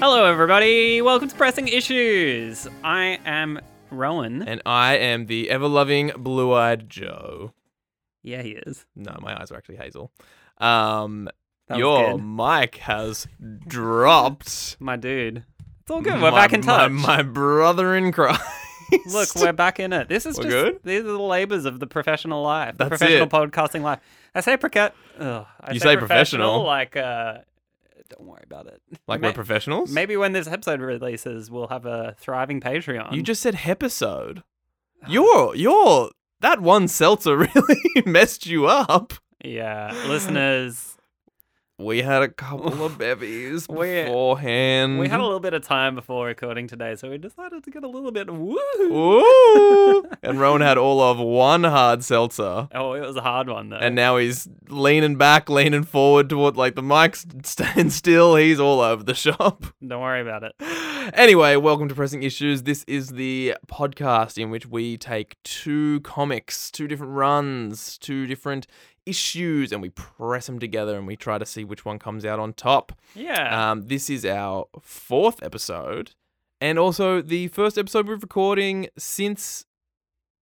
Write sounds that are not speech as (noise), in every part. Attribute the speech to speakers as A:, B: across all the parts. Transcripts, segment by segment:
A: Hello, everybody. Welcome to Pressing Issues. I am Rowan.
B: And I am the ever loving blue eyed Joe.
A: Yeah, he is.
B: No, my eyes are actually hazel. Um,
A: That was
B: your
A: good.
B: mic has dropped.
A: my dude. It's all good. We're
B: My-
A: back in
B: my-
A: touch.
B: My, brother in Christ.
A: Look, we're back in it. This is
B: We're
A: just
B: good?
A: these are the labors of the professional life, the
B: That's
A: professional
B: it.
A: podcasting life. I say preca- ugh, I
B: You say professional.
A: like uh, don't worry about it.
B: (laughs) like
A: May-
B: we're professionals.
A: Maybe when this episode releases, we'll have a thriving Patreon.
B: you just said episode.
A: Oh.
B: You're you're that one seltzer (laughs) really messed you up.
A: yeah, listeners.
B: We had a
A: (sighs)
B: couple of bevies
A: We-
B: beforehand.
A: We had a little bit of time before recording today, so we decided to get a little bit woo.
B: Ooh. and Rowan had all of one hard seltzer.
A: Oh, it was a hard one though.
B: And now he's leaning back, leaning forward toward like the mic's (laughs) staying still. He's all over the shop. (laughs)
A: Don't worry about it. (laughs)
B: Anyway, welcome to Pressing Issues. This is the podcast in which we take two comics, two different runs, two different issues, and we press them together and we try to see which one comes out on top.
A: Yeah.
B: Um, this is our fourth episode, and also the first episode we're recording since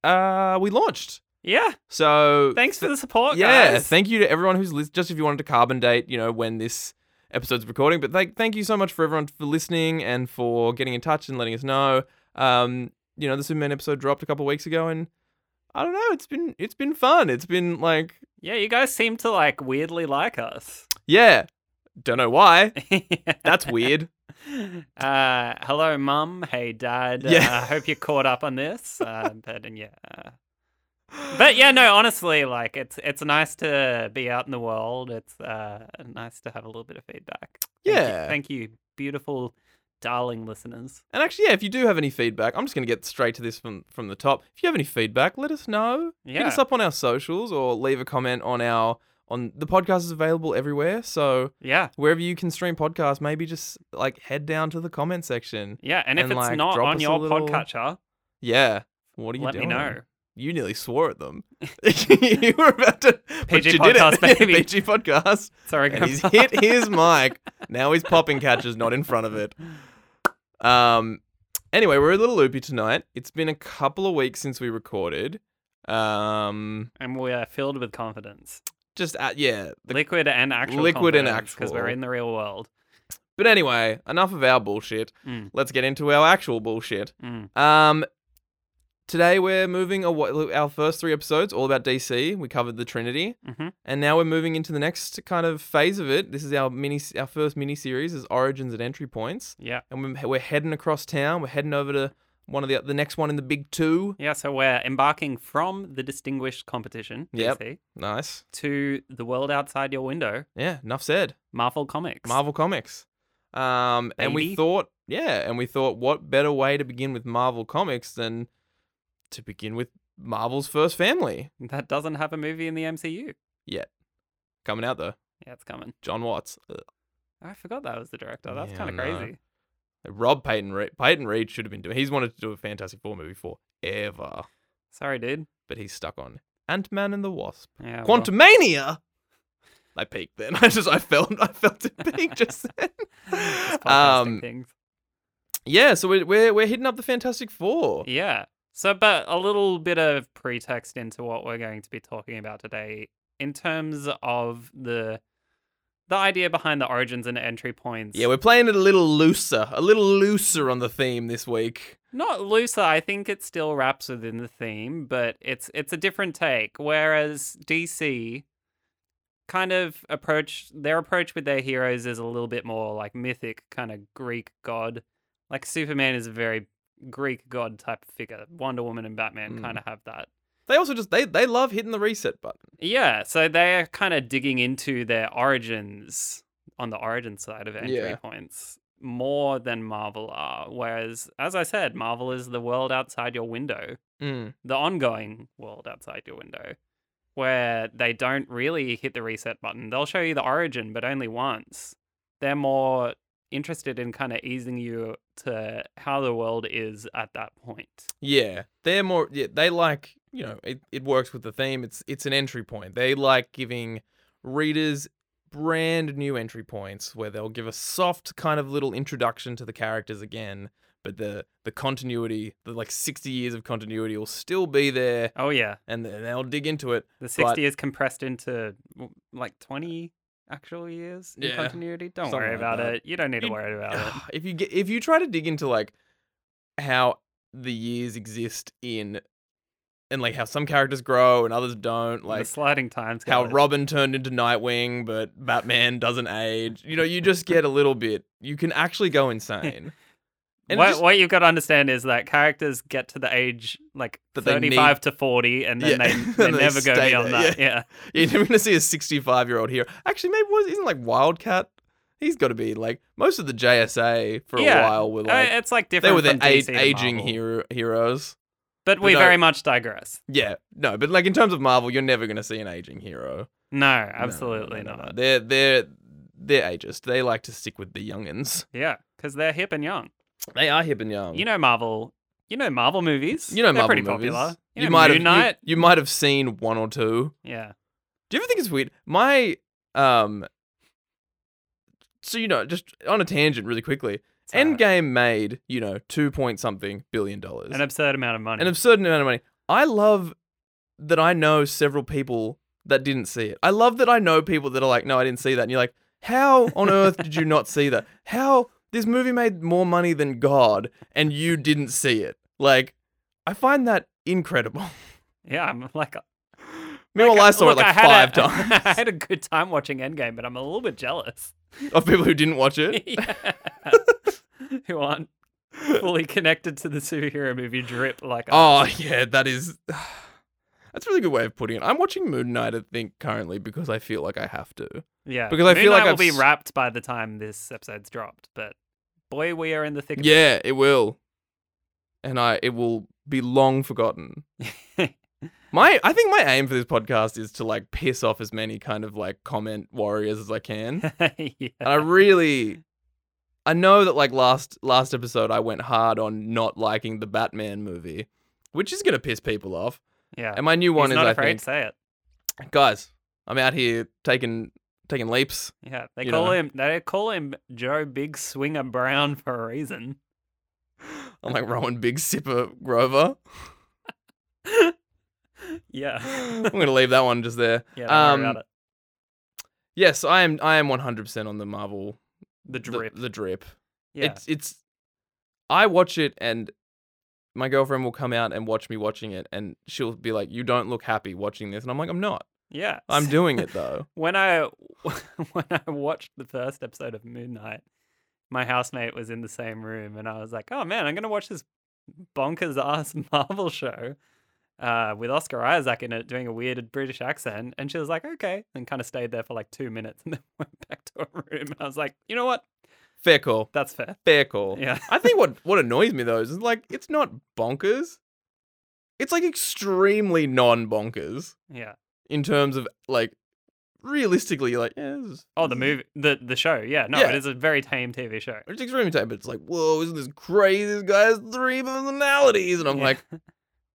B: uh, we launched.
A: yeah.
B: So
A: Thanks for the support,
B: yeah,
A: guys.
B: thank you to everyone who's listened. Just if you wanted to carbon date, you know, when this episode's recording, but thank thank you so much for everyone for listening and for getting in touch and letting us know. Um, you know, the Superman episode dropped a couple of weeks ago, and I don't know, it's been it's been fun. It's been like,
A: yeah, you guys seem to like weirdly like us. (laughs)
B: yeah, don't know why. That's weird.
A: Uh, hello, mum. Hey, dad.
B: Yeah.
A: Uh, I hope you caught up on
B: (laughs)
A: this. Uh, but and yeah, uh, but yeah, no. Honestly, like it's it's nice to be out in the world. It's uh, nice to have a little bit of feedback. Thank you-
B: Yeah.
A: thank you, beautiful, darling listeners.
B: And actually, yeah, if you do have any feedback, I'm just going to get straight to this from, from the top. If you have any feedback, let us know.
A: Yeah.
B: Hit us up on our socials or leave a comment on our on the podcast is available everywhere. So
A: Yeah.
B: wherever you can stream podcasts, maybe just like head down to the comment section.
A: Yeah, and if
B: And,
A: it's
B: like,
A: not
B: drop
A: on
B: us a
A: your
B: little-
A: podcatcher,
B: Yeah. What are you
A: let
B: doing?
A: me know.
B: You nearly swore
A: (laughs)
B: at them. (laughs) you were about to but
A: PG
B: you
A: podcast,
B: did it. (laughs)
A: baby. (laughs)
B: PG podcast.
A: Sorry,
B: And he's
A: Grandpa.
B: hit his mic.
A: (laughs)
B: Now he's popping catches, not in front of it. Um. Anyway, we're a little loopy tonight. It's been a couple of weeks since we recorded. Um.
A: and we are filled with confidence,
B: Just at, yeah. the-
A: liquid and actual.
B: liquid and
A: because we're
B: actual.
A: in the real world.
B: but anyway, enough of our bullshit.
A: Mm.
B: Let's get into our actual bullshit.
A: Mm.
B: Um. Today we're moving away, our first three episodes all about DC. We covered the Trinity,
A: hmm
B: and now we're moving into the next kind of phase of it. This is our mini, our first mini series is Origins and Entry Points.
A: Yeah,
B: and we're, we're heading across town. We're heading over to one of the the next one in the big two.
A: yeah. So we're embarking from the distinguished competition,
B: Yep.
A: DC,
B: Nice.
A: to the world outside your window,
B: Yeah. Enough said.
A: Marvel Comics.
B: Marvel Comics. Um, and we
A: Baby.
B: thought, yeah, and we thought, what better way to begin with Marvel Comics than to begin with Marvel's first family
A: that doesn't have a movie in the MCU.
B: coming out though.
A: Yeah, it's coming.
B: John Watts, Ugh.
A: I forgot that was the director. That's
B: Yeah,
A: kind
B: I
A: of
B: know.
A: crazy.
B: Rob Peyton Reed. Peyton Reed should have been doing. He's wanted to do a Fantastic Four movie forever,
A: Sorry, dude.
B: but he's stuck on Ant Man and the Wasp.
A: Yeah, Oh, well, (laughs)
B: Quantumania. I peaked then. (laughs) I just I felt I felt it peak just then.
A: it's podcasting
B: um,
A: things.
B: yeah, so we're, we're we're hitting up the Fantastic Four.
A: Yeah. So, but a little bit of pretext into what we're going to be talking about today in terms of the the idea behind the origins and entry points.
B: Yeah, we're playing it a little looser, a little looser on the theme this week.
A: not looser. I think it still wraps within the theme, but it's it's a different take. Whereas DC kind of approach their approach with their heroes is a little bit more like mythic kind of Greek god. Like Superman is a very Greek god type figure. Wonder Woman and Batman
B: Mm.
A: kind of have that.
B: They also just they they love hitting the reset button.
A: Yeah, so they're kind of digging into their origins on the origin side of entry
B: Yeah.
A: points more than Marvel are. Whereas, as I said, Marvel is the world outside your window,
B: Mm.
A: the ongoing world outside your window, where they don't really hit the reset button. They'll show you the origin, but only once. They're more interested in kind of easing you to how the world is at that point.
B: Yeah, they're more. Yeah, they like you know it, it works with the theme. It's it's an entry point. They like giving readers brand new entry points where they'll give a soft kind of little introduction to the characters again, but the the continuity, the like 60 years of continuity will still be there
A: Oh yeah,
B: and th- they'll dig into it.
A: the sixty is compressed into w- like twenty actual years in
B: Yeah,
A: continuity. Don't
B: something
A: worry
B: like
A: about
B: that.
A: it. You don't need to
B: You- (sighs)
A: worry about it.
B: if you get if you try to dig into like how the years exist in and like how some characters grow and others don't,
A: the
B: like
A: sliding times.
B: how Robin turned into Nightwing, but Batman doesn't age. You know, you just get a little bit. You can actually
A: (laughs)
B: go insane. And
A: what,
B: it just-
A: what you've got to understand is that characters get to the age like
B: That they
A: 35 to 40 and then
B: Yeah. (laughs)
A: they,
B: And
A: they
B: they
A: never go
B: stay
A: beyond
B: there,
A: that. Yeah.
B: you're never going to see a 65 year old hero. Actually, maybe what isn't like Wildcat. He's got to be like most of the JSA for
A: Yeah.
B: a while were
A: Uh,
B: (laughs) like
A: it's like different.
B: they were the
A: from
B: a-
A: DC to
B: aging
A: Marvel.
B: hero heroes.
A: But we
B: no.
A: very much digress.
B: Yeah, no, but like in terms of Marvel, you're never going to see an aging hero.
A: No,
B: No, no, no,
A: absolutely
B: no, no, no.
A: not.
B: They're they're they're ageist. They like to stick with the youngins.
A: Yeah, because they're hip and young.
B: They are hip and young.
A: You know Marvel. You know Marvel movies.
B: Um You know,
A: they're
B: Marvel
A: pretty
B: movies.
A: popular. You, know
B: might have
A: Moon Knight.
B: You, you might have seen one or two.
A: Yeah.
B: Do you ever think it's weird? My um, so you know, just on a tangent, really quickly.
A: It's alright.
B: Endgame made you know two point something billion dollars,
A: An absurd amount of money.
B: an absurd amount of money. I love that I know several people that didn't see it. I love that I know people that are like, no, I didn't see that, and you're like, how on earth did you not see that? How this movie made more money than God, and you didn't see it? Like, I find that incredible. (laughs)
A: yeah, I'm (laughs) like. uh,
B: Meanwhile, I saw
A: look,
B: it like
A: had
B: five
A: a-
B: times
A: (laughs)
B: (laughs)
A: I had a good time watching Endgame, but I'm a little bit jealous. (laughs)
B: of people who didn't watch it.
A: Yeah. (laughs) Who aren't fully connected to the superhero movie drip like I
B: Oh yeah, that is. (sighs) That's a really good way of putting it. I'm watching Moon Knight, I think, currently because I feel like I have to.
A: yeah.
B: because I
A: Moon
B: feel like
A: Knight will
B: I've
A: be
B: s-
A: wrapped by the time this episode's dropped, but boy, we are in the thick of
B: Yeah, it will, and I it will be
A: (laughs)
B: long forgotten.
A: it.
B: My I think my aim for this podcast is to like piss off as many kind of like comment warriors as I can.
A: (laughs) yeah.
B: And
A: (laughs)
B: I really, I know that like last last episode I went hard on not liking the Batman movie, which is gonna piss people off.
A: yeah.
B: And my new one
A: He's
B: is
A: not
B: I
A: afraid
B: think
A: to say it.
B: guys, I'm out here taking taking leaps.
A: Yeah. They
B: You
A: call
B: know.
A: him they call him Joe Big Swinger Brown for a reason. (laughs)
B: I'm like Rowan Big Sipper Grover.
A: Yeah.
B: I'm gonna leave that one just there.
A: Yeah, don't worry
B: Um,
A: about it.
B: Yes, I am. I am 100 percent on the Marvel.
A: The drip.
B: The, drip.
A: Yeah.
B: It's it's. I watch it and my girlfriend will come out and watch me watching it and she'll be like, "You don't look happy watching this," and I'm like, "I'm not.
A: yeah. (laughs)
B: I'm doing it though."
A: when I (laughs) when I watched the first episode of Moon Knight, my housemate was in the same room, and I was like, "Oh man, I'm gonna watch this bonkers ass (laughs) Marvel show uh, with Oscar Isaac in it, doing a weird British accent." And she was like, "Okay," and kind of stayed there for like two minutes, (laughs) and then went back to her room. And I was like, "You know what?
B: Fair call.
A: That's fair."
B: Fair call.
A: Yeah,
B: I think
A: (laughs)
B: what what annoys me though is like it's not bonkers. It's like extremely non-bonkers
A: yeah.
B: in terms of like realistically, you're like, yeah, this is,
A: Oh, the
B: this is-
A: movie, the the show. Yeah, no,
B: Mm-hmm. Yeah.
A: it is a very tame TV show.
B: It's extremely tight, but it's like, whoa, isn't this crazy? This guy has three personalities. And I'm
A: Yeah.
B: like,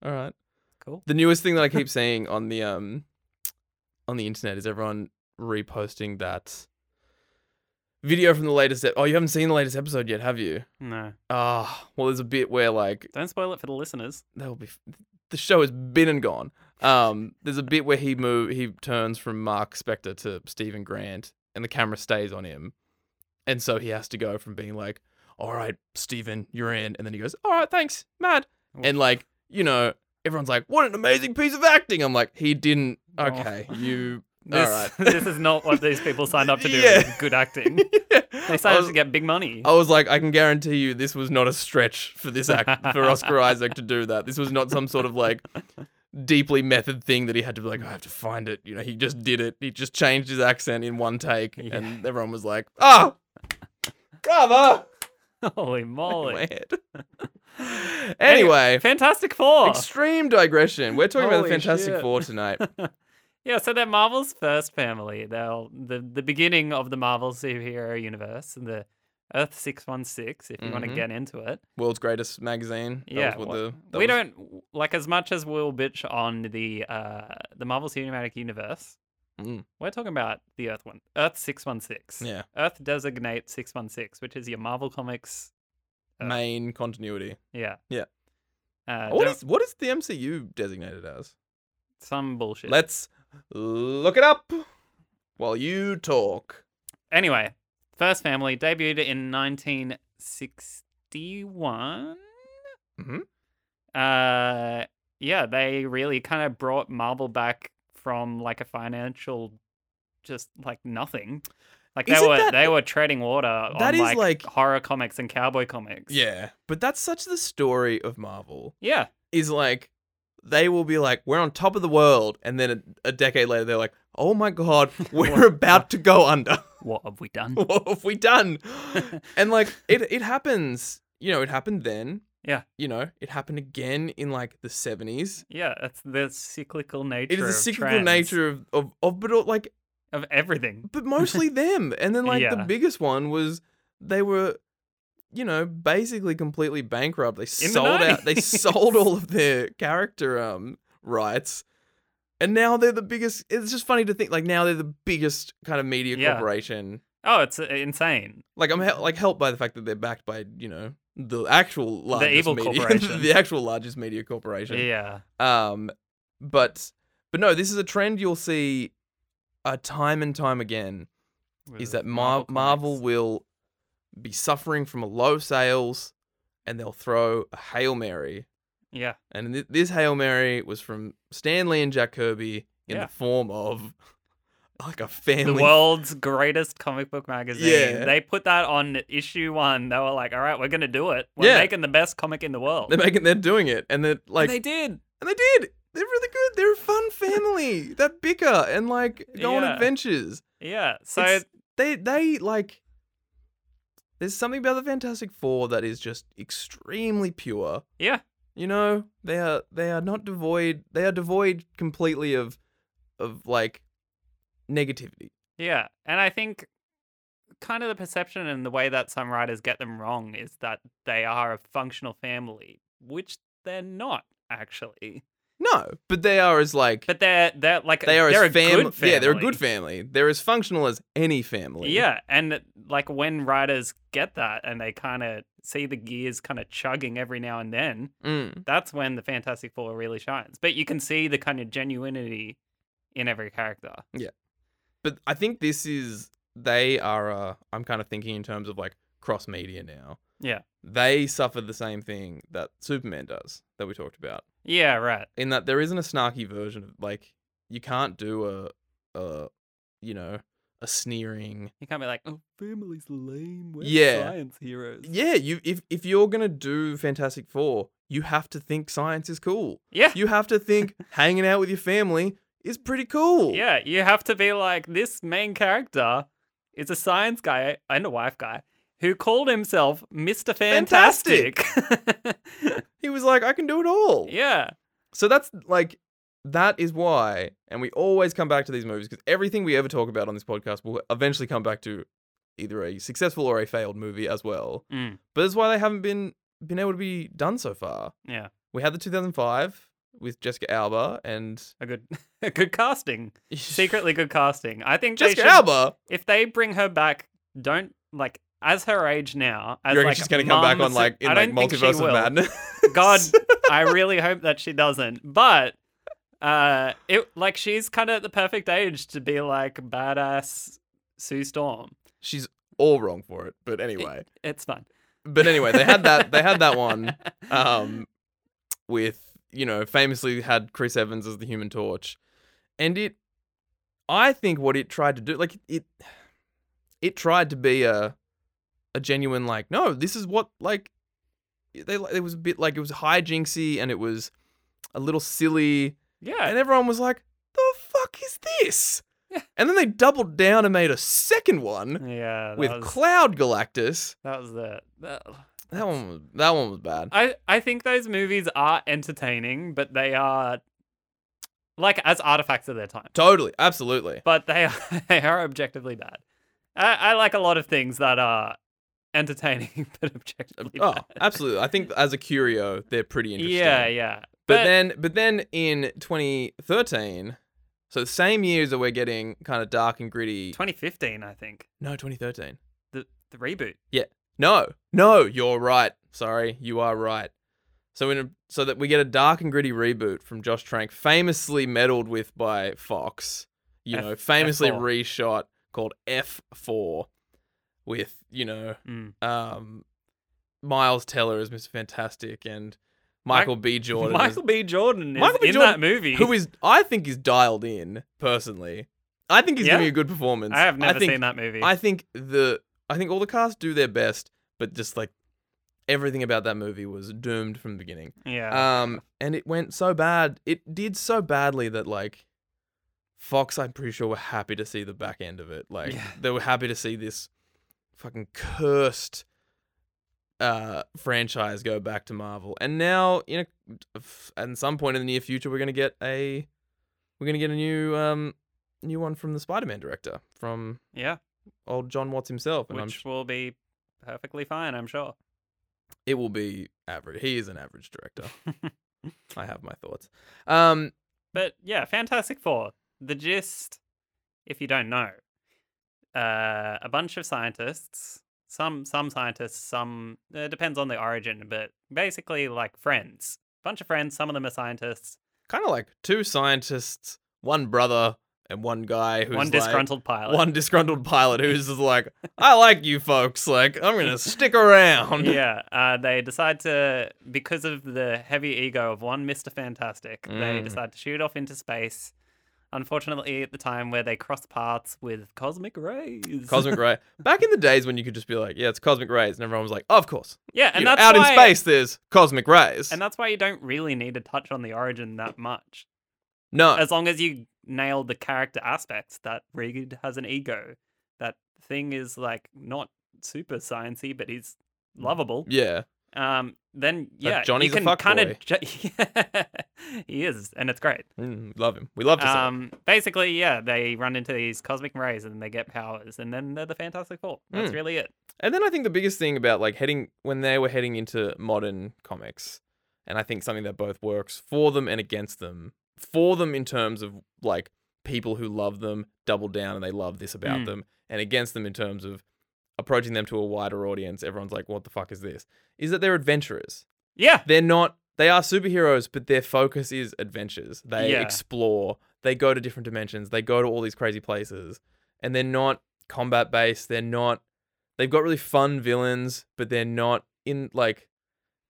B: all right.
A: (laughs) cool.
B: The newest thing that I keep seeing on the um on the internet is everyone reposting that video from the latest ep- oh, you haven't seen the latest episode yet, have you?
A: No,
B: Ah, well there's a bit where like
A: don't spoil it for the listeners.
B: that'll be f- the show has been and gone. Um there's a bit where he move he turns from Mark Spector to Stephen Grant and the camera stays on him. And so he has to go from being like, All right, Stephen, you're in and then he goes, All right, thanks, mad. And like, you know, everyone's like, What an amazing piece of acting. I'm like, he didn't
A: Oh.
B: okay, you
A: This,
B: all right.
A: this is not what these people signed up to do.
B: Yeah. Oh.
A: is Good acting. (laughs) They
B: (laughs) I,
A: signed up
B: was,
A: to get big money.
B: I was like, I can guarantee you this was not a stretch for this act for
A: (laughs)
B: Oscar Isaac to do that. This was not some sort of like deeply method thing that he had to be like, I have to find it. You know, he just did it. He just changed his accent in one take,
A: Yeah.
B: and everyone was like, "Ah, bravo!" Oh.
A: (laughs) Holy
B: In my
A: moly. (laughs)
B: head. anyway,
A: Fantastic Four.
B: extreme digression. We're talking about
A: oh. Holy
B: the Fantastic
A: shit. (laughs)
B: Four tonight.
A: yeah, so they're Marvel's first family. They're the, the beginning of the Marvel superhero universe and the Earth 616, if you want to
B: Mhm.
A: get into it.
B: World's greatest magazine. That
A: yeah.
B: was what
A: wha-
B: the- that
A: we
B: was-
A: don't, like, as much as we'll bitch on the uh, the Marvel Cinematic Universe
B: Mm.
A: We're talking about the Earth one, Earth six one six.
B: Yeah.
A: Earth designate six one six, which is your Marvel comics. Uh,
B: Main continuity.
A: Yeah.
B: Yeah.
A: Uh,
B: what
A: don't-
B: is what is the MCU designated as?
A: some bullshit.
B: Let's look it up while you talk.
A: Anyway, First Family debuted in 1961.
B: Mhm.
A: Uh, yeah, they really kind of brought Marvel back from like a financial, just like nothing. Like they
B: Isn't
A: were
B: that-
A: they were treading water
B: That
A: on
B: is,
A: like,
B: like-
A: horror comics and cowboy comics.
B: Yeah, but that's such the story of Marvel.
A: yeah,
B: Is like they will be like we're on top of the world, and then a, a decade later they're like, oh my (laughs) god, we're about to go under. (laughs)
A: what have we done?
B: what have we (laughs) done? and like it, it happens. You know, it happened then.
A: Yeah.
B: You know, it happened again in like the seventies.
A: (laughs) yeah, that's the cyclical nature.
B: It is the
A: of
B: cyclical
A: trends,
B: nature of, of, of but all- like
A: of everything. (laughs)
B: but mostly them. And then like the
A: Yeah.
B: biggest one was they were, you know, basically completely bankrupt. They
A: the
B: sold out. They
A: 90s.
B: sold all of their character um rights, and now they're the biggest. It's just funny to think like now they're the biggest kind of media
A: Yeah.
B: corporation.
A: Oh, it's uh, insane.
B: Like I'm hel- like helped by the fact that they're backed by you know the actual largest
A: evil
B: media, (laughs)
A: corporation.
B: the actual largest media corporation.
A: Yeah.
B: Um, but but no, this is a trend you'll see, uh, time and time again is
A: with
B: that Mar-
A: comics.
B: Marvel will be suffering from a low sales and they'll throw a Hail Mary.
A: Yeah.
B: And th- this Hail Mary was from Stan Lee and Jack Kirby in
A: Yeah.
B: the form of like a family.
A: The world's greatest comic book magazine.
B: Yeah.
A: They put that on issue one. They were like, all right, we're going to do it. We're
B: Yeah.
A: making the best comic in the world.
B: (laughs) They're making, they're doing it, and they're like,
A: and they did.
B: and they did. They're really good. They're a fun family that bicker and like go on
A: Yeah.
B: adventures.
A: Yeah. So
B: It's- They they like. There's something about the Fantastic Four that is just extremely pure.
A: Yeah.
B: You know, they are they are not devoid they are devoid completely of of like negativity.
A: Yeah, and I think kind of the perception and the way that some writers get them wrong is that they are a functional family, which they're not actually.
B: No, but they are as like
A: But they're they're like
B: they are
A: they're
B: as
A: a
B: fam-
A: good family.
B: Yeah, they're a good family. They're as functional as any family.
A: Yeah, and like when writers get that and they kind of see the gears kind of chugging every now and then,
B: Mm.
A: that's when the Fantastic Four really shines. But you can see the kind of genuinity in every character.
B: But I think this is they are uh I'm kind of thinking in terms of like cross media now.
A: Yeah.
B: They suffer the same thing that Superman does that we talked about.
A: Yeah, right.
B: in that there isn't a snarky version of like you can't do a a you know a sneering
A: You can't be like, oh, family's lame. We're
B: Yeah.
A: science heroes.
B: yeah you if if you're gonna do fantastic four you have to think science is cool
A: yeah.
B: you have
A: (laughs)
B: to think hanging out with your family is pretty cool
A: Yeah, you have to be like this main character is a science guy and a wife guy who called himself Mr. Fantastic. (laughs)
B: he was like i can do it all
A: yeah.
B: so that's like that is why and we always come back to these movies because everything we ever talk about on this podcast will eventually come back to either a successful or a failed movie as well
A: Mm,
B: But that's why they haven't been been able to be done so far.
A: yeah.
B: We had the 2005 with Jessica Alba and
A: A good a good casting. (laughs) Secretly good casting. I think they
B: (laughs) Jessica
A: should-
B: Alba.
A: if they bring her back, don't like as her age now, as
B: you reckon
A: like
B: she's gonna come back
A: mum,
B: on like in
A: I
B: like
A: don't think she
B: Multiverse of
A: will.
B: Madness? (laughs)
A: God, I really hope that she doesn't. But uh it like she's kind of at the perfect age to be like badass Sue Storm.
B: she's all wrong for it. But
A: (laughs)
B: anyway,
A: It's fun.
B: but anyway, they had that. They had
A: (laughs)
B: that one (laughs) um, with you know famously had Chris Evans as the Human Torch, and it. I think what it tried to do, like it, it tried to be a, a genuine like no, this is what like, they it was a bit like it was hijinksy and it was, a little silly
A: yeah,
B: and everyone was like, the fuck is this?
A: Yeah.
B: And then they doubled down and made a second one
A: yeah. That
B: with
A: was,
B: Cloud Galactus.
A: that was the. That,
B: That one was that one was bad.
A: I I think those movies are entertaining, but they are like as artifacts of their time.
B: Totally, absolutely.
A: But they are, (laughs) they are objectively bad. I, I like a lot of things that are entertaining (laughs) but objectively (laughs)
B: Oh,
A: bad.
B: absolutely. I think as a curio, they're pretty interesting.
A: Yeah, yeah.
B: But,
A: but-
B: then, but then in 2013, So the same years that we're getting kind of dark and gritty.
A: 2015, I think.
B: no, 2013.
A: The the reboot.
B: No, no, you're right. Sorry, you are right. So in a, so that we get a dark and gritty reboot from Josh Trank, famously meddled with by Fox. You
A: F-
B: know, famously
A: F4.
B: reshot called F four, with you know
A: (laughs) Mm.
B: um, Miles Teller as Mr. Fantastic and Michael B. Jordan,
A: (laughs)
B: as-
A: Michael B. Jordan is
B: Michael B.
A: in
B: Jordan,
A: that movie.
B: who is I think is dialed in personally. I think he's
A: Yeah?
B: giving a good performance.
A: I have never
B: think,
A: seen that movie.
B: I think the I think all the cast do their best, but just like everything about that movie was doomed from the beginning.
A: yeah.
B: Um, and it went so bad. It did so badly that like Fox, I'm pretty sure, were happy to see the back end of it. Like
A: Yeah.
B: they were happy to see this fucking cursed uh franchise go back to Marvel. And now, you know, f- at some point in the near future, we're gonna get a we're gonna get a new um new one from the Spider-Man director from
A: yeah.
B: old John Watts himself, and I'm
A: Which will be perfectly fine, I'm sure.
B: it will be average. He is an average
A: (laughs)
B: director. I have my thoughts. Um,
A: But yeah, Fantastic Four. The gist, if you don't know, uh, a bunch of scientists, some some scientists, some uh, depends on the origin, but basically like friends, bunch of friends. Some of them are scientists.
B: kind of like two scientists, one brother, and one guy who's
A: one
B: like-
A: disgruntled pilot.
B: one disgruntled pilot who's
A: (laughs)
B: just like, I like you folks. Like I'm gonna stick around.
A: yeah, uh, they decide to because of the heavy ego of one Mister Fantastic, they
B: Mm.
A: decide to shoot off into space. Unfortunately, at the time where they cross paths with cosmic rays.
B: (laughs) Cosmic ray. Back in the days when you could just be like, yeah, it's cosmic rays, and everyone was like, of course.
A: yeah,
B: You
A: and
B: know,
A: that's
B: out
A: why-
B: in space, there's cosmic rays.
A: And that's why you don't really need to touch on the origin that much.
B: no,
A: As long as you nail the character aspects that Reed has an ego. That thing is like not super sciency, but he's lovable.
B: yeah,
A: Um then
B: That
A: yeah,
B: Mm. Johnny's a
A: you can kind of
B: fuckboy.
A: (laughs) he is, and it's great.
B: Mm, love him. We love to see. him.
A: Um basically, yeah, they run into these cosmic rays and they get powers and then they're the Fantastic Four. That's
B: Mm.
A: really it.
B: And then I think the biggest thing about like heading when they were heading into modern comics, and I think something that both works for them and against them, for them in terms of like people who love them double down and they love this about
A: Mm.
B: them, and against them in terms of approaching them to a wider audience, everyone's like, what the fuck is this? Is that they're adventurers.
A: Yeah.
B: They're not, they are superheroes, but their focus is adventures. They
A: Yeah.
B: explore, they go to different dimensions, they go to all these crazy places, and they're not combat based. They're not, they've got really fun villains, but they're not in, like,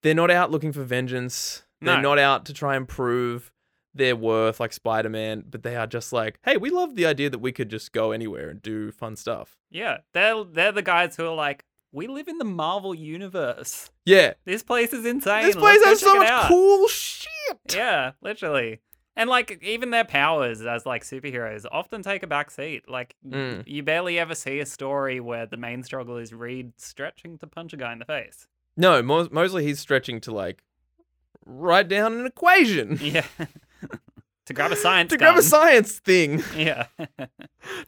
B: they're not out looking for vengeance. They're
A: No.
B: not out to try and prove their worth like Spider Man, but they are just like, hey, we love the idea that we could just go anywhere and do fun stuff.
A: Yeah. They're they're the guys who are like, We live in the Marvel universe.
B: Yeah.
A: This place is insane.
B: this place
A: Let's
B: has
A: go
B: so
A: check it
B: much
A: out.
B: cool shit.
A: Yeah, literally. And like even their powers as like superheroes often take a back seat. Like
B: Mm.
A: you barely ever see a story where the main struggle is Reed stretching to punch a guy in the
B: (laughs)
A: face.
B: No, Mos- mostly he's stretching to like write down an (laughs) equation
A: Yeah. (laughs) to grab a science
B: to grab a
A: gun.
B: science thing
A: (laughs) Yeah.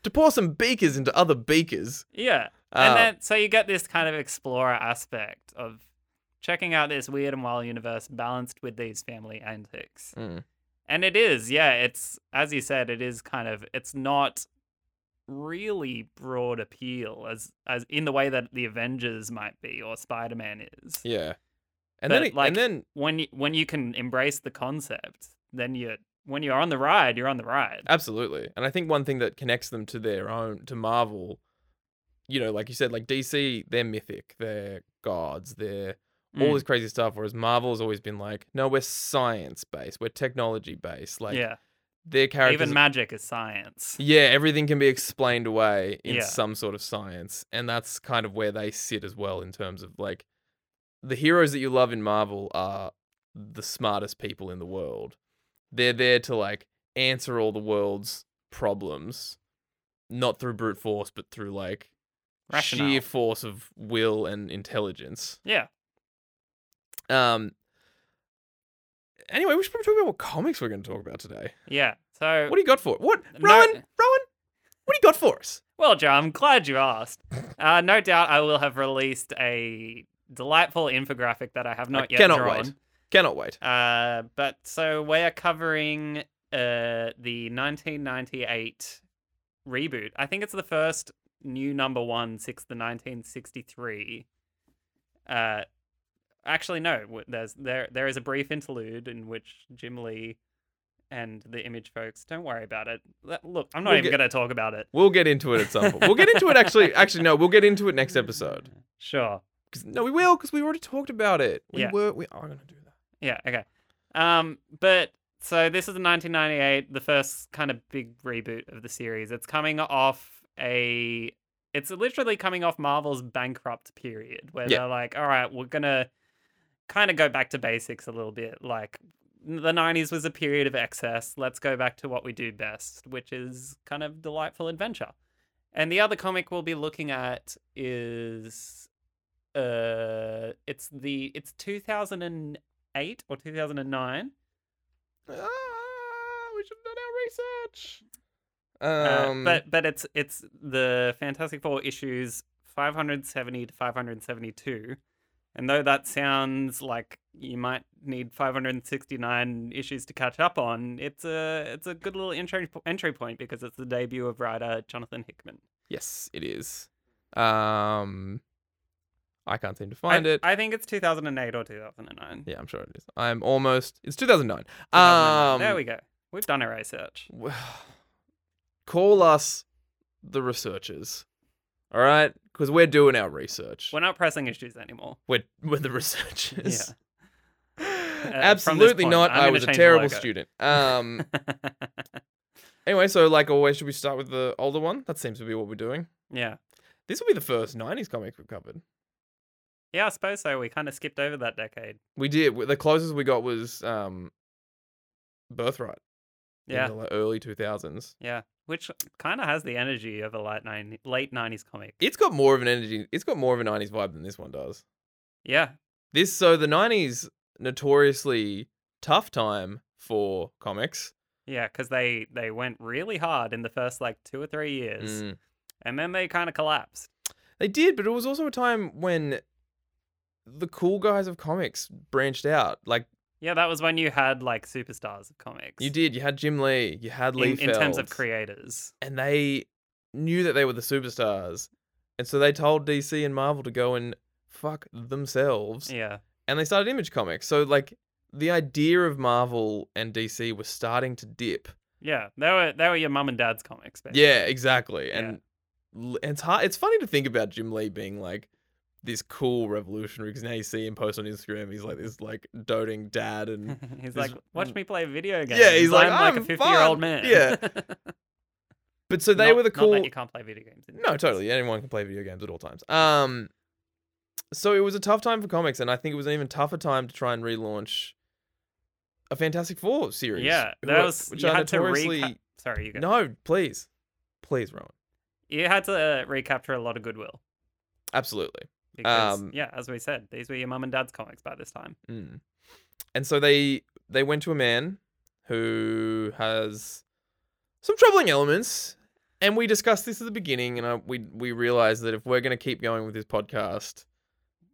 B: to pour some beakers into other beakers.
A: yeah.
B: Uh,
A: And then so you get this kind of explorer aspect of checking out this weird and wild universe balanced with these family antics.
B: Mm.
A: And it is, yeah, it's as you said, it is kind of it's not really broad appeal as as in the way that the Avengers might be or Spider-Man is.
B: yeah,
A: But,
B: and then it,
A: like-
B: and then
A: When you, when you can embrace the concept, then you when you're on the ride, you're on the ride.
B: absolutely, and I think one thing that connects them to their own to Marvel, you know, like you said, like DC, they're mythic, they're gods, they're all
A: Mm.
B: this crazy stuff. Whereas Marvel has always been like, no, we're science based, we're technology based. Like
A: yeah.
B: their characters
A: Even magic is science.
B: Yeah, everything can be explained away in
A: Yeah.
B: some sort of science. And that's kind of where they sit as well in terms of like the heroes that you love in Marvel are the smartest people in the world. They're there to like answer all the world's problems, not through brute force, but through like
A: Rationale.
B: sheer force of will and intelligence.
A: Yeah.
B: Um Anyway, we should probably talk about what comics we're going to talk about today.
A: Yeah. So
B: What do you got for it? What
A: Uh, No-
B: Rowan? Rowan, what do you got for us?
A: Well, Joe, I'm glad you asked. Uh, no doubt I will have released a delightful infographic that I have not yet
B: cannot
A: drawn.
B: wait. Cannot wait.
A: Uh, but so we're covering uh, the 1998 reboot. I think it's the first new number one since the 1963. Uh, actually, no. w- There's there there is a brief interlude in which Jim Lee and the Image folks. Don't worry about it. Let- Look, I'm not
B: We'll
A: even
B: get-
A: gonna talk about it.
B: We'll get into it at some point. We'll get into
A: (laughs)
B: it actually. Actually, no, we'll get into it next episode.
A: Sure.
B: 'Cause- no, we will because we already talked about it. We
A: Yeah.
B: were. We are gonna do that.
A: Yeah, okay. Um, but so this is the 1998, the first kind of big reboot of the series. It's coming off a it's literally coming off Marvel's bankrupt period where
B: Yeah.
A: they're like, "All right, we're going to kind of go back to basics a little bit. Like the 90s was a period of excess. Let's go back to what we do best, which is kind of delightful adventure." And the other comic we'll be looking at is uh it's the it's 2008 or 2009
B: Ah, we should have done our research.
A: uh,
B: Um,
A: but but it's it's the fantastic four issues 570 to 572 and though that sounds like you might need 569 issues to catch up on it's a it's a good little entry entry point because it's the debut of writer jonathan hickman
B: yes, it is. Um, I can't seem to find
A: I,
B: it.
A: i think it's 2008 or 2009
B: yeah, I'm sure it is. I'm almost. It's 2009.
A: 2009.
B: Um,
A: there we go we've done our research
B: Well, Um, (sighs) call us the researchers. All right? Because we're doing our research.
A: we're not pressing issues anymore (laughs)
B: We're, we're the (laughs) researchers.
A: Uh, from this
B: Absolutely
A: point,
B: not.
A: I'm
B: I
A: gonna
B: was a
A: change the
B: terrible
A: logo.
B: student.
A: (laughs)
B: Um, anyway, so like always, should we start with the older one? That seems to be what we're doing.
A: yeah.
B: This will be the first 90s comics we've covered.
A: Yeah, I suppose so. We kind of skipped over that decade.
B: We did. The closest we got was um, Birthright in
A: Yeah.
B: the like, early 2000s.
A: Yeah. Which kind of has the energy of a late, 90, late 90s comic.
B: It's got more of an energy. It's got more of a 90s vibe than this one does.
A: Yeah.
B: This so the '90s notoriously tough time for comics.
A: Yeah. Because they, they went really hard in the first like two or three years.
B: Mm.
A: And then they kind of collapsed.
B: They did, but it was also a time when the cool guys of comics branched out. Like
A: Yeah. That was when you had like superstars of comics.
B: you did, you had Jim Lee, you had Lee
A: In, in terms of
B: Feld,
A: creators.
B: and they knew that they were the superstars, and so they told DC and Marvel to go and fuck themselves,
A: Yeah.
B: and they started Image Comics. So like the idea of Marvel and DC was starting to dip.
A: Yeah. They were, they were your mum and dad's comics. Basically.
B: Yeah, exactly.
A: Yeah.
B: And l it's hard. It's funny to think about Jim Lee being like this cool revolutionary because now you see him post on Instagram. He's like this like doting dad and
A: (laughs) (laughs) he's
B: This- mm.
A: like, watch me play video games.
B: Yeah, he's like,
A: I'm,
B: "I'm
A: like a 50 year old
B: fun."
A: man.
B: Yeah.
A: (laughs)
B: but so they
A: Not-
B: were the
A: not that
B: cool.
A: you can't play video games. in
B: No,
A: this.
B: totally. Anyone can play video games at all times. Um, so it was a tough time for comics, and I think it was an even tougher time to try and relaunch a Fantastic Four series.
A: Yeah,
B: who
A: that
B: are-
A: was
B: which
A: you
B: are
A: had to
B: notoriously.
A: reca- Sorry, you go.
B: no, please, please, Rowan,
A: You had to uh, recapture a lot of goodwill
B: absolutely.
A: because
B: Um,
A: yeah, as we said, these were your mum and dad's comics by this time.
B: Mm. And so they they went to a man who has some troubling elements, and we discussed this at the beginning, and I, we we realized that if we're going to keep going with this podcast,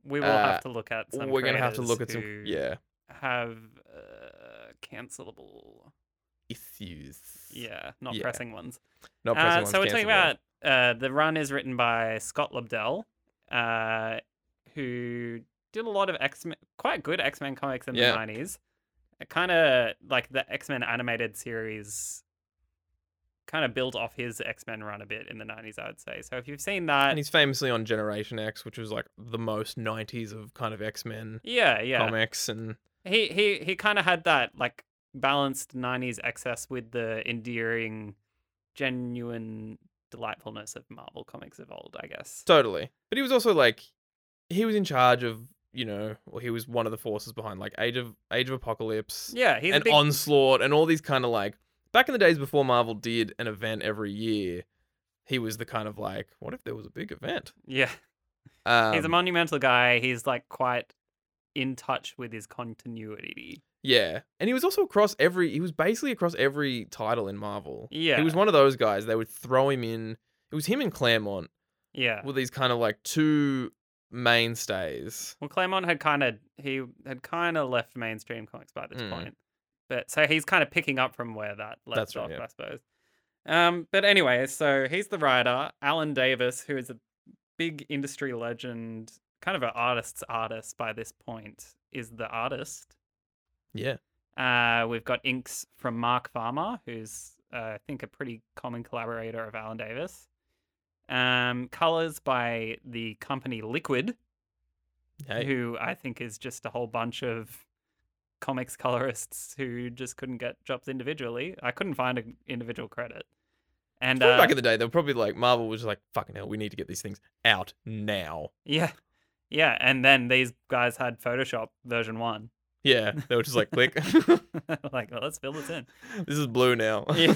A: We will have to look at some.
B: Uh, we're going to have to
A: creators
B: look at some
A: who
B: yeah
A: Have uh, cancelable.
B: issues.
A: Yeah, not
B: Yeah.
A: pressing ones.
B: not
A: Uh,
B: pressing
A: so we're
B: one's
A: talking
B: cancelable.
A: about uh, the run is written by Scott Lobdell, uh, who did a lot of X Men, quite good X Men comics in
B: Yeah.
A: the nineties. Kind of like the X Men animated series, kind of built off his X Men run a bit in the nineties, I would say. So if you've seen
B: and
A: that,
B: he's famously on Generation X, which was like the most '90s of kind of X Men
A: yeah, yeah,
B: comics, and
A: he he he kind of had that like balanced 90s excess with the endearing genuine delightfulness of marvel comics of old i guess
B: totally. But he was also like he was in charge of you know, or he was one of the forces behind like Age of Age of Apocalypse.
A: yeah he's a
B: and
A: big
B: onslaught and all these kind of like back in the days before Marvel did an event every year, he was the kind of like, what if there was a big event?
A: (laughs) yeah
B: Um,
A: he's a monumental guy. He's like quite in touch with his continuity.
B: yeah, and he was also across every. He was basically across every title in Marvel.
A: Yeah.
B: he was one of those guys. They would throw him in. It was him and Claremont
A: Yeah.
B: were these kind of like two mainstays.
A: Well, Claremont had kind of he had kind of left mainstream comics by this
B: Mm.
A: point, But so he's kind of picking up from where that left
B: That's right,
A: off,
B: yeah.
A: I suppose. Um, but anyway, so he's the writer, Alan Davis, who is a big industry legend, kind of an artist's artist by this point, is the artist.
B: Yeah.
A: Uh, we've got inks from Mark Farmer, who's uh, I think a pretty common collaborator of Alan Davis. Um, colors by the company Liquid,
B: Hey.
A: who I think is just a whole bunch of comics colorists who just couldn't get jobs individually. I couldn't find an individual credit. And
B: Probably
A: uh,
B: back in the day, they were probably like Marvel was just like, "Fucking hell, we need to get these things out now."
A: (laughs) yeah, yeah, and then these guys had Photoshop version one.
B: Yeah, they were just like, "Click, (laughs)
A: (laughs) like, well, let's fill this in.
B: this is blue now."
A: (laughs) yeah.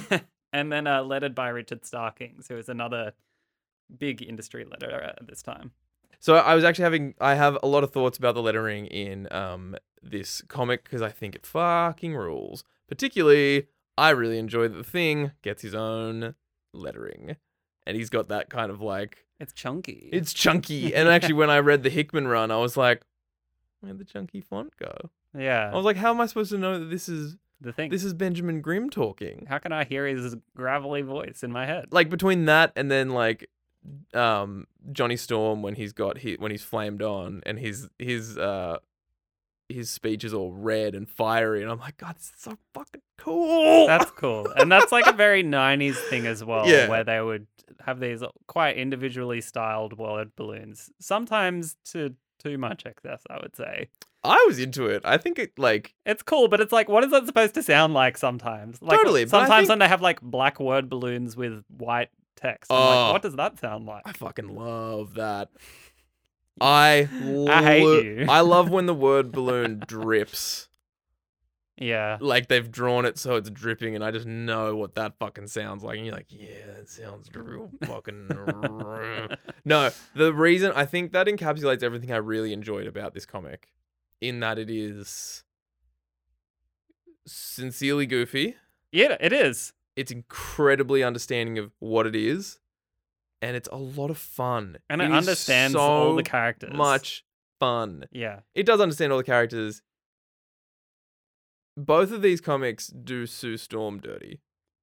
A: And then uh, lettered by Richard Starkings, who is another big industry letterer at this time.
B: So I was actually having I have a lot of thoughts about the lettering in um this comic because I think it fucking rules. Particularly, I really enjoy that the thing gets his own lettering, and he's got that kind of like
A: It's chunky. (laughs)
B: it's chunky. and actually, when I read the Hickman run, I was like, where'd the chunky font go?
A: yeah.
B: I was like, how am I supposed to know that this is
A: the thing.
B: Oh, this is Benjamin Grimm talking?
A: How can I hear his gravelly voice in my head?
B: like between that and then like um Johnny Storm when he's got he when he's flamed on and his his uh his speech is all red and fiery and I'm like god it's so fucking cool.
A: That's cool. And that's like a very 90s thing as well,
B: Yeah.
A: where they would have these quite individually styled word balloons, sometimes to too much excess, I would say.
B: (laughs) I was into it. I think it like
A: It's cool, but it's like, what is that supposed to sound like sometimes? Like,
B: Totally, but I
A: Sometimes
B: think-
A: when they have like black word balloons with white text, I'm
B: Oh.
A: like, what does that sound like?
B: I fucking love that. I
A: (laughs) I hate
B: lo-
A: you.
B: I love when
A: (laughs)
B: the word balloon drips.
A: Yeah.
B: (laughs)
A: (laughs)
B: Like they've drawn it so it's dripping and I just know what that fucking sounds like and you're like yeah that sounds real
A: (laughs)
B: fucking No, the reason I think that encapsulates everything I really enjoyed about this comic, in that it is sincerely goofy.
A: yeah, it is.
B: It's incredibly understanding of what it is, and it's a lot of fun.
A: And it,
B: is
A: understands
B: so
A: all the characters.
B: much fun.
A: Yeah.
B: It does understand all the characters. Both of these comics do Sue Storm dirty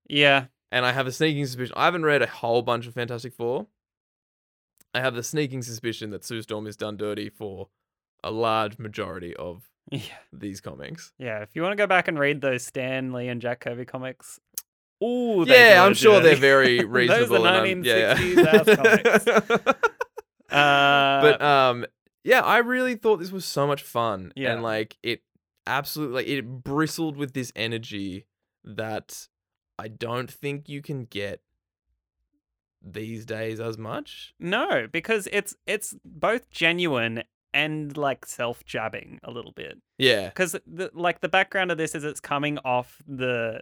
A: Yeah. (laughs)
B: and I have a sneaking suspicion. I haven't read a whole bunch of Fantastic Four. I have the sneaking suspicion that Sue Storm is done dirty for a large majority of
A: Yeah.
B: these comics.
A: Yeah. If you want to go back and read those Stan Lee and Jack Kirby comics, ooh, they do
B: yeah,
A: it
B: I'm sure they're
A: dirty. (laughs)
B: very
A: Those are
B: reasonable. and, um, yeah,
A: 1960s
B: yeah.
A: Uh,
B: (laughs) but um, yeah, I really thought this was so much fun,
A: Yeah.
B: and like it absolutely like, it bristled with this energy that I don't think you can get these days as much.
A: No, because it's it's both genuine and like self jabbing a little bit.
B: Yeah,
A: Because the, like the background of this is it's coming off the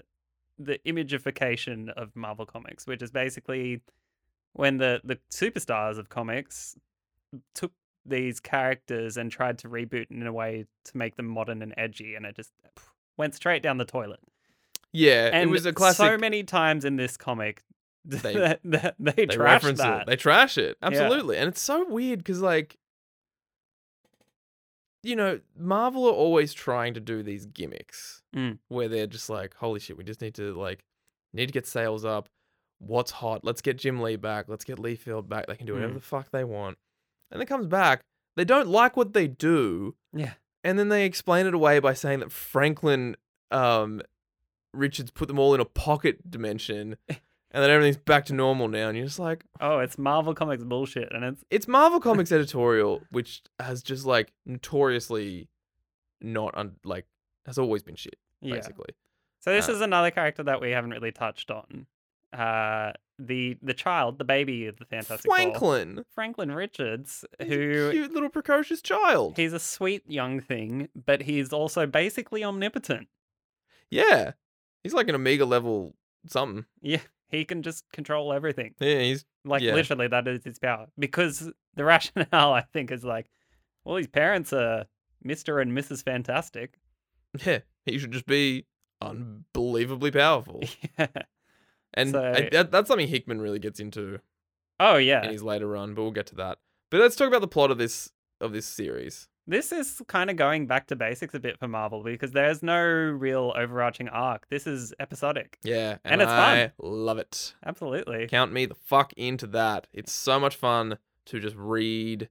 A: the imagification of Marvel Comics, which is basically when the the superstars of comics took these characters and tried to reboot in a way to make them modern and edgy, and it just pff, went straight down the toilet.
B: yeah,
A: And
B: it was a classic.
A: So many times in this comic, (laughs)
B: They-
A: they, they, they,
B: (laughs) they
A: trash
B: reference
A: that.
B: it. They trash it.
A: Yeah.
B: Absolutely. And it's so weird because, like, you know, Marvel are always trying to do these gimmicks
A: Mm.
B: where they're just like, holy shit, we just need to, like, need to get sales up. What's hot? Let's get Jim Lee back. Let's get Lee Field back. They can do whatever
A: Mm.
B: the fuck they want. And then comes back. They don't like what they do.
A: Yeah.
B: And then they explain it away by saying that Franklin um, Richards put them all in a
A: (laughs)
B: pocket dimension
A: Eh.
B: and then everything's back to normal now. And you're just like,
A: Oh, it's Marvel Comics bullshit, and it's (laughs)
B: it's Marvel Comics editorial, which has just like notoriously not un- like has always been shit,
A: yeah.
B: basically.
A: So this
B: Uh,
A: is another character that we haven't really touched on. Uh, the the child, the baby of the Fantastic Four.
B: Franklin,
A: Franklin Richards,
B: he's a
A: who
B: cute little precocious child.
A: he's a sweet young thing, but he's also basically omnipotent. (laughs)
B: yeah, he's like an Amiga level something.
A: Yeah, he can just control everything.
B: Yeah, he's (laughs)
A: Like
B: Yeah.
A: literally, that is his power. Because the rationale, (laughs) I think, is like, well, his parents are Mister and Mrs. Fantastic.
B: yeah, he should just be
A: (laughs)
B: unbelievably powerful.
A: yeah.
B: And
A: So-
B: I, that, that's something Hickman really gets into
A: Oh
B: in
A: yeah.
B: his later run, but we'll get to that. But let's talk about the plot of this of this series.
A: This is kind of going back to basics a bit for Marvel because there's no real overarching arc. This is episodic.
B: Yeah,
A: And it's fun.
B: I Love it.
A: Absolutely.
B: Count me the fuck into that. It's so much fun to just read,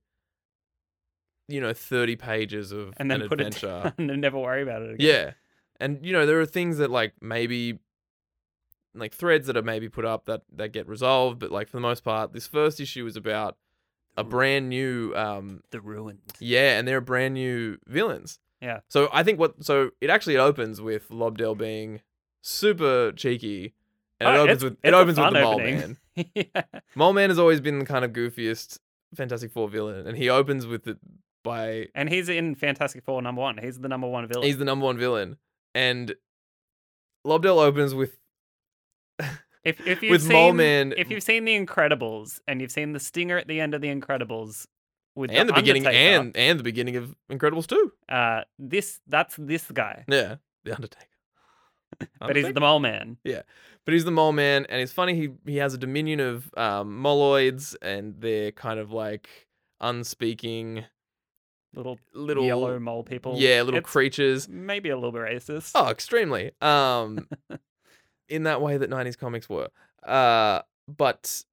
B: you know, thirty pages of
A: And then
B: an
A: put (laughs)
B: adventure. (laughs)
A: it down and never worry about it again.
B: yeah, and you know there are things that like maybe, like threads that are maybe put up that that get resolved, but like for the most part, this first issue is about a brand new um,
A: The ruins.
B: Yeah, and they're brand new villains.
A: Yeah.
B: So I think what so it actually opens with Lobdell being super cheeky. And it
A: Oh, it's-
B: opens with
A: it's
B: it
A: a
B: opens with
A: fun
B: the Mole
A: opening.
B: Man.
A: (laughs) yeah.
B: Mole Man has always been the kind of goofiest Fantastic Four villain, and he opens with it by
A: And he's in Fantastic Four number one. He's the number one villain.
B: he's the number one villain. And Lobdell opens with
A: if if you've
B: with
A: seen,
B: Mole Man
A: if you've seen The Incredibles and you've seen the stinger at the end of The Incredibles with
B: and the, beginning
A: Undertaker,
B: and and the beginning of Incredibles 2.
A: uh, this that's this guy,
B: Yeah. The Undertaker.
A: (laughs) but he's the Mole Man.
B: But he's the mole man, and it's funny he he has a dominion of um, moloids, and they're kind of like unspeaking
A: Little
B: little
A: yellow mole people.
B: yeah little
A: It's
B: creatures.
A: Maybe a little bit racist.
B: Oh, extremely.
A: (laughs)
B: Um, in that way that '90s comics were. Uh, but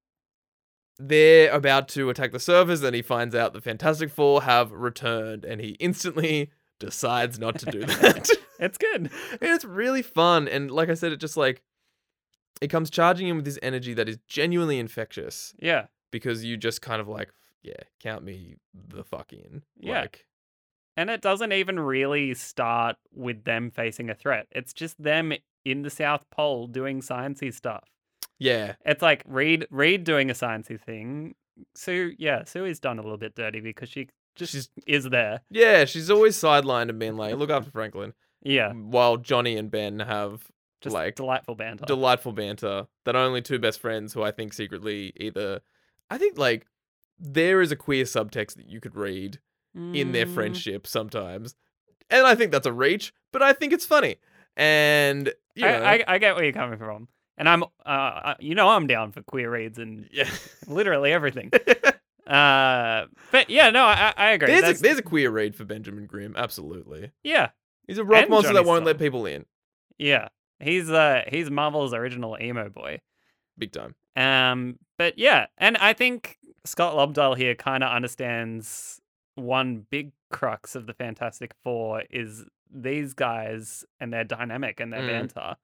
B: they're about to attack the surface, and he finds out the Fantastic Four have returned, and he instantly (laughs) decides not to
A: (laughs)
B: do that.
A: It's good.
B: (laughs) And it's really fun. And like I said, it just like it comes charging in with this energy that is genuinely infectious
A: Yeah.
B: because you just kind of like, yeah, count me the fuck in.
A: Yeah.
B: Like,
A: And it doesn't even really start with them facing a threat. It's just them in the South Pole doing sciencey stuff.
B: yeah.
A: It's like Reed Reed doing a sciencey thing. Sue, yeah, Sue is done a little bit dirty because she just
B: She's
A: is there.
B: yeah, she's always sidelined and being like, look after Franklin.
A: (laughs) Yeah,
B: While Johnny and Ben have
A: just
B: like
A: delightful banter.
B: delightful banter that only two best friends who I think secretly either I think like there is a queer subtext that you could read in their
A: Mm,
B: friendship sometimes. And I think that's a reach, but I think it's funny. And you know,
A: I, I, I get where you're coming from, and I'm, uh, I- you know, I'm down for queer reads and
B: (laughs) yeah.
A: literally
B: (laughs)
A: everything. uh, but yeah, no, I, I I agree.
B: there's
A: That's-
B: a, there's a queer read for Benjamin Grimm, absolutely.
A: yeah,
B: He's a rock
A: And
B: monster that
A: Johnny
B: won't let
A: Storm.
B: people in,
A: yeah. He's uh he's Marvel's original emo boy.
B: big time.
A: Um, but yeah, and I think Scott Lobdell here kind of understands one big crux of the Fantastic Four is these guys and their dynamic and their
B: Mm.
A: banter.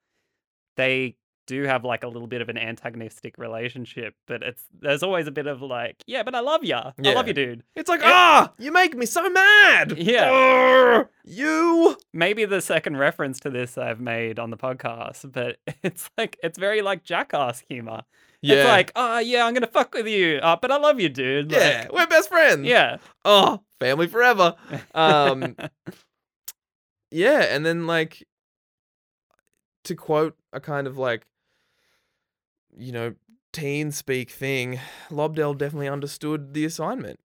A: They do have like a little bit of an antagonistic relationship, but it's there's always a bit of like, yeah, but I love ya, I
B: Yeah.
A: love you, dude.
B: It's like,
A: Yeah.
B: ah, you make me so mad.
A: Yeah.
B: Arr, you.
A: Maybe the second reference to this I've made on the podcast, but (laughs) it's like it's very like jackass humor.
B: Yeah.
A: It's like, oh yeah, I'm gonna fuck with you, uh, but I love you, dude. Like,
B: yeah, we're best friends.
A: yeah.
B: Oh, family forever. Um, yeah, and then like to quote a kind of like you know teen speak thing, Lobdell definitely understood the assignment.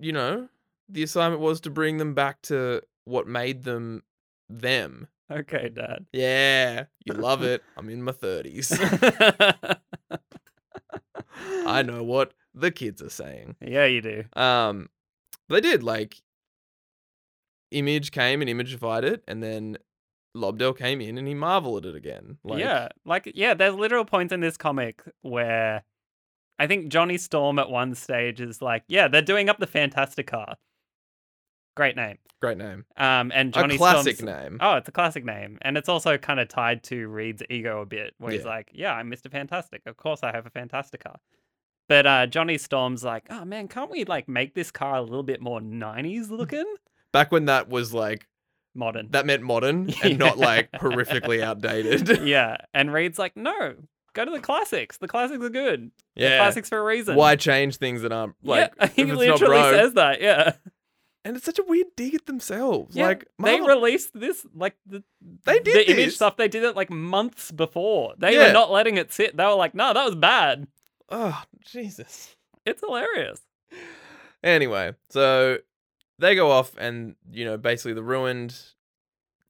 B: You know, the assignment was to bring them back to what made them them.
A: okay,
B: (laughs)
A: Dad.
B: Yeah, you love it. I'm in
A: (laughs)
B: my 30s. I know what the kids are saying.
A: Yeah, you do.
B: Um, but they did like Image came and Imagified it, and then Lobdell came in and he marveled at it again. Like,
A: yeah, like yeah. There's literal points in this comic where I think Johnny Storm at one stage is like, "Yeah, they're doing up the Fantastica." Great name.
B: great name,
A: Um, and Johnny
B: a classic
A: Storm's-
B: name.
A: Oh, it's a classic name, and it's also kind of tied to Reed's ego a bit, where he's
B: Yeah.
A: like, "Yeah, I'm Mister Fantastic. Of course, I have a Fantastic car." But uh, Johnny Storm's like, "Oh man, can't we like make this car a little bit more
B: (laughs)
A: '90s looking,
B: Back when that was like
A: modern?"
B: that
A: (laughs)
B: meant modern and not like horrifically (laughs) outdated.
A: yeah. And Reed's like, no, go to the classics. The classics are good. The
B: yeah.
A: classics for a reason.
B: Why change things that aren't
A: Yeah,
B: like
A: (laughs) he
B: if it's
A: literally
B: not broke?
A: says that. Yeah.
B: and it's such a weird dig at themselves.
A: Yeah,
B: like
A: they
B: Marvel-
A: released this like the
B: They did
A: the image
B: this.
A: stuff. They did it like months before. They
B: Yeah.
A: were not letting it sit. They were like, no, that was bad.
B: oh Jesus.
A: It's hilarious.
B: Anyway, so they go off, and you know, basically the ruined.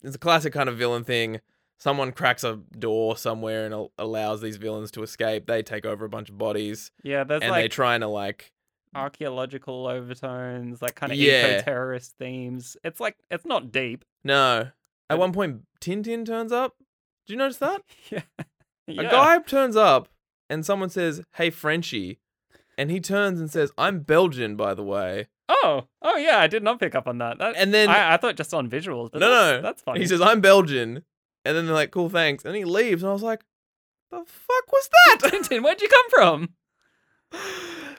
B: It's a classic kind of villain thing. Someone cracks a door somewhere and al- allows these villains to escape. They take over a bunch of bodies,
A: Yeah, there's
B: and
A: like
B: they're trying to like
A: archaeological overtones, like kind of
B: Yeah.
A: eco-terrorist themes. It's like it's not deep.
B: No. At
A: But-
B: one point, Tintin turns up. Do you
A: (laughs)
B: notice that?
A: yeah.
B: A
A: Yeah.
B: guy turns up and someone says, Hey, Frenchie. And he turns and says, I'm Belgian, by the way.
A: Oh, oh yeah, I did not pick up on that. That
B: And then
A: I, I thought just on visuals, but
B: No,
A: that's,
B: no.
A: that's funny. (laughs)
B: he says, I'm Belgian. And then they're like, Cool, thanks. And he leaves. And I was like, The fuck was that?
A: Tintin, where'd you come from?
B: (laughs)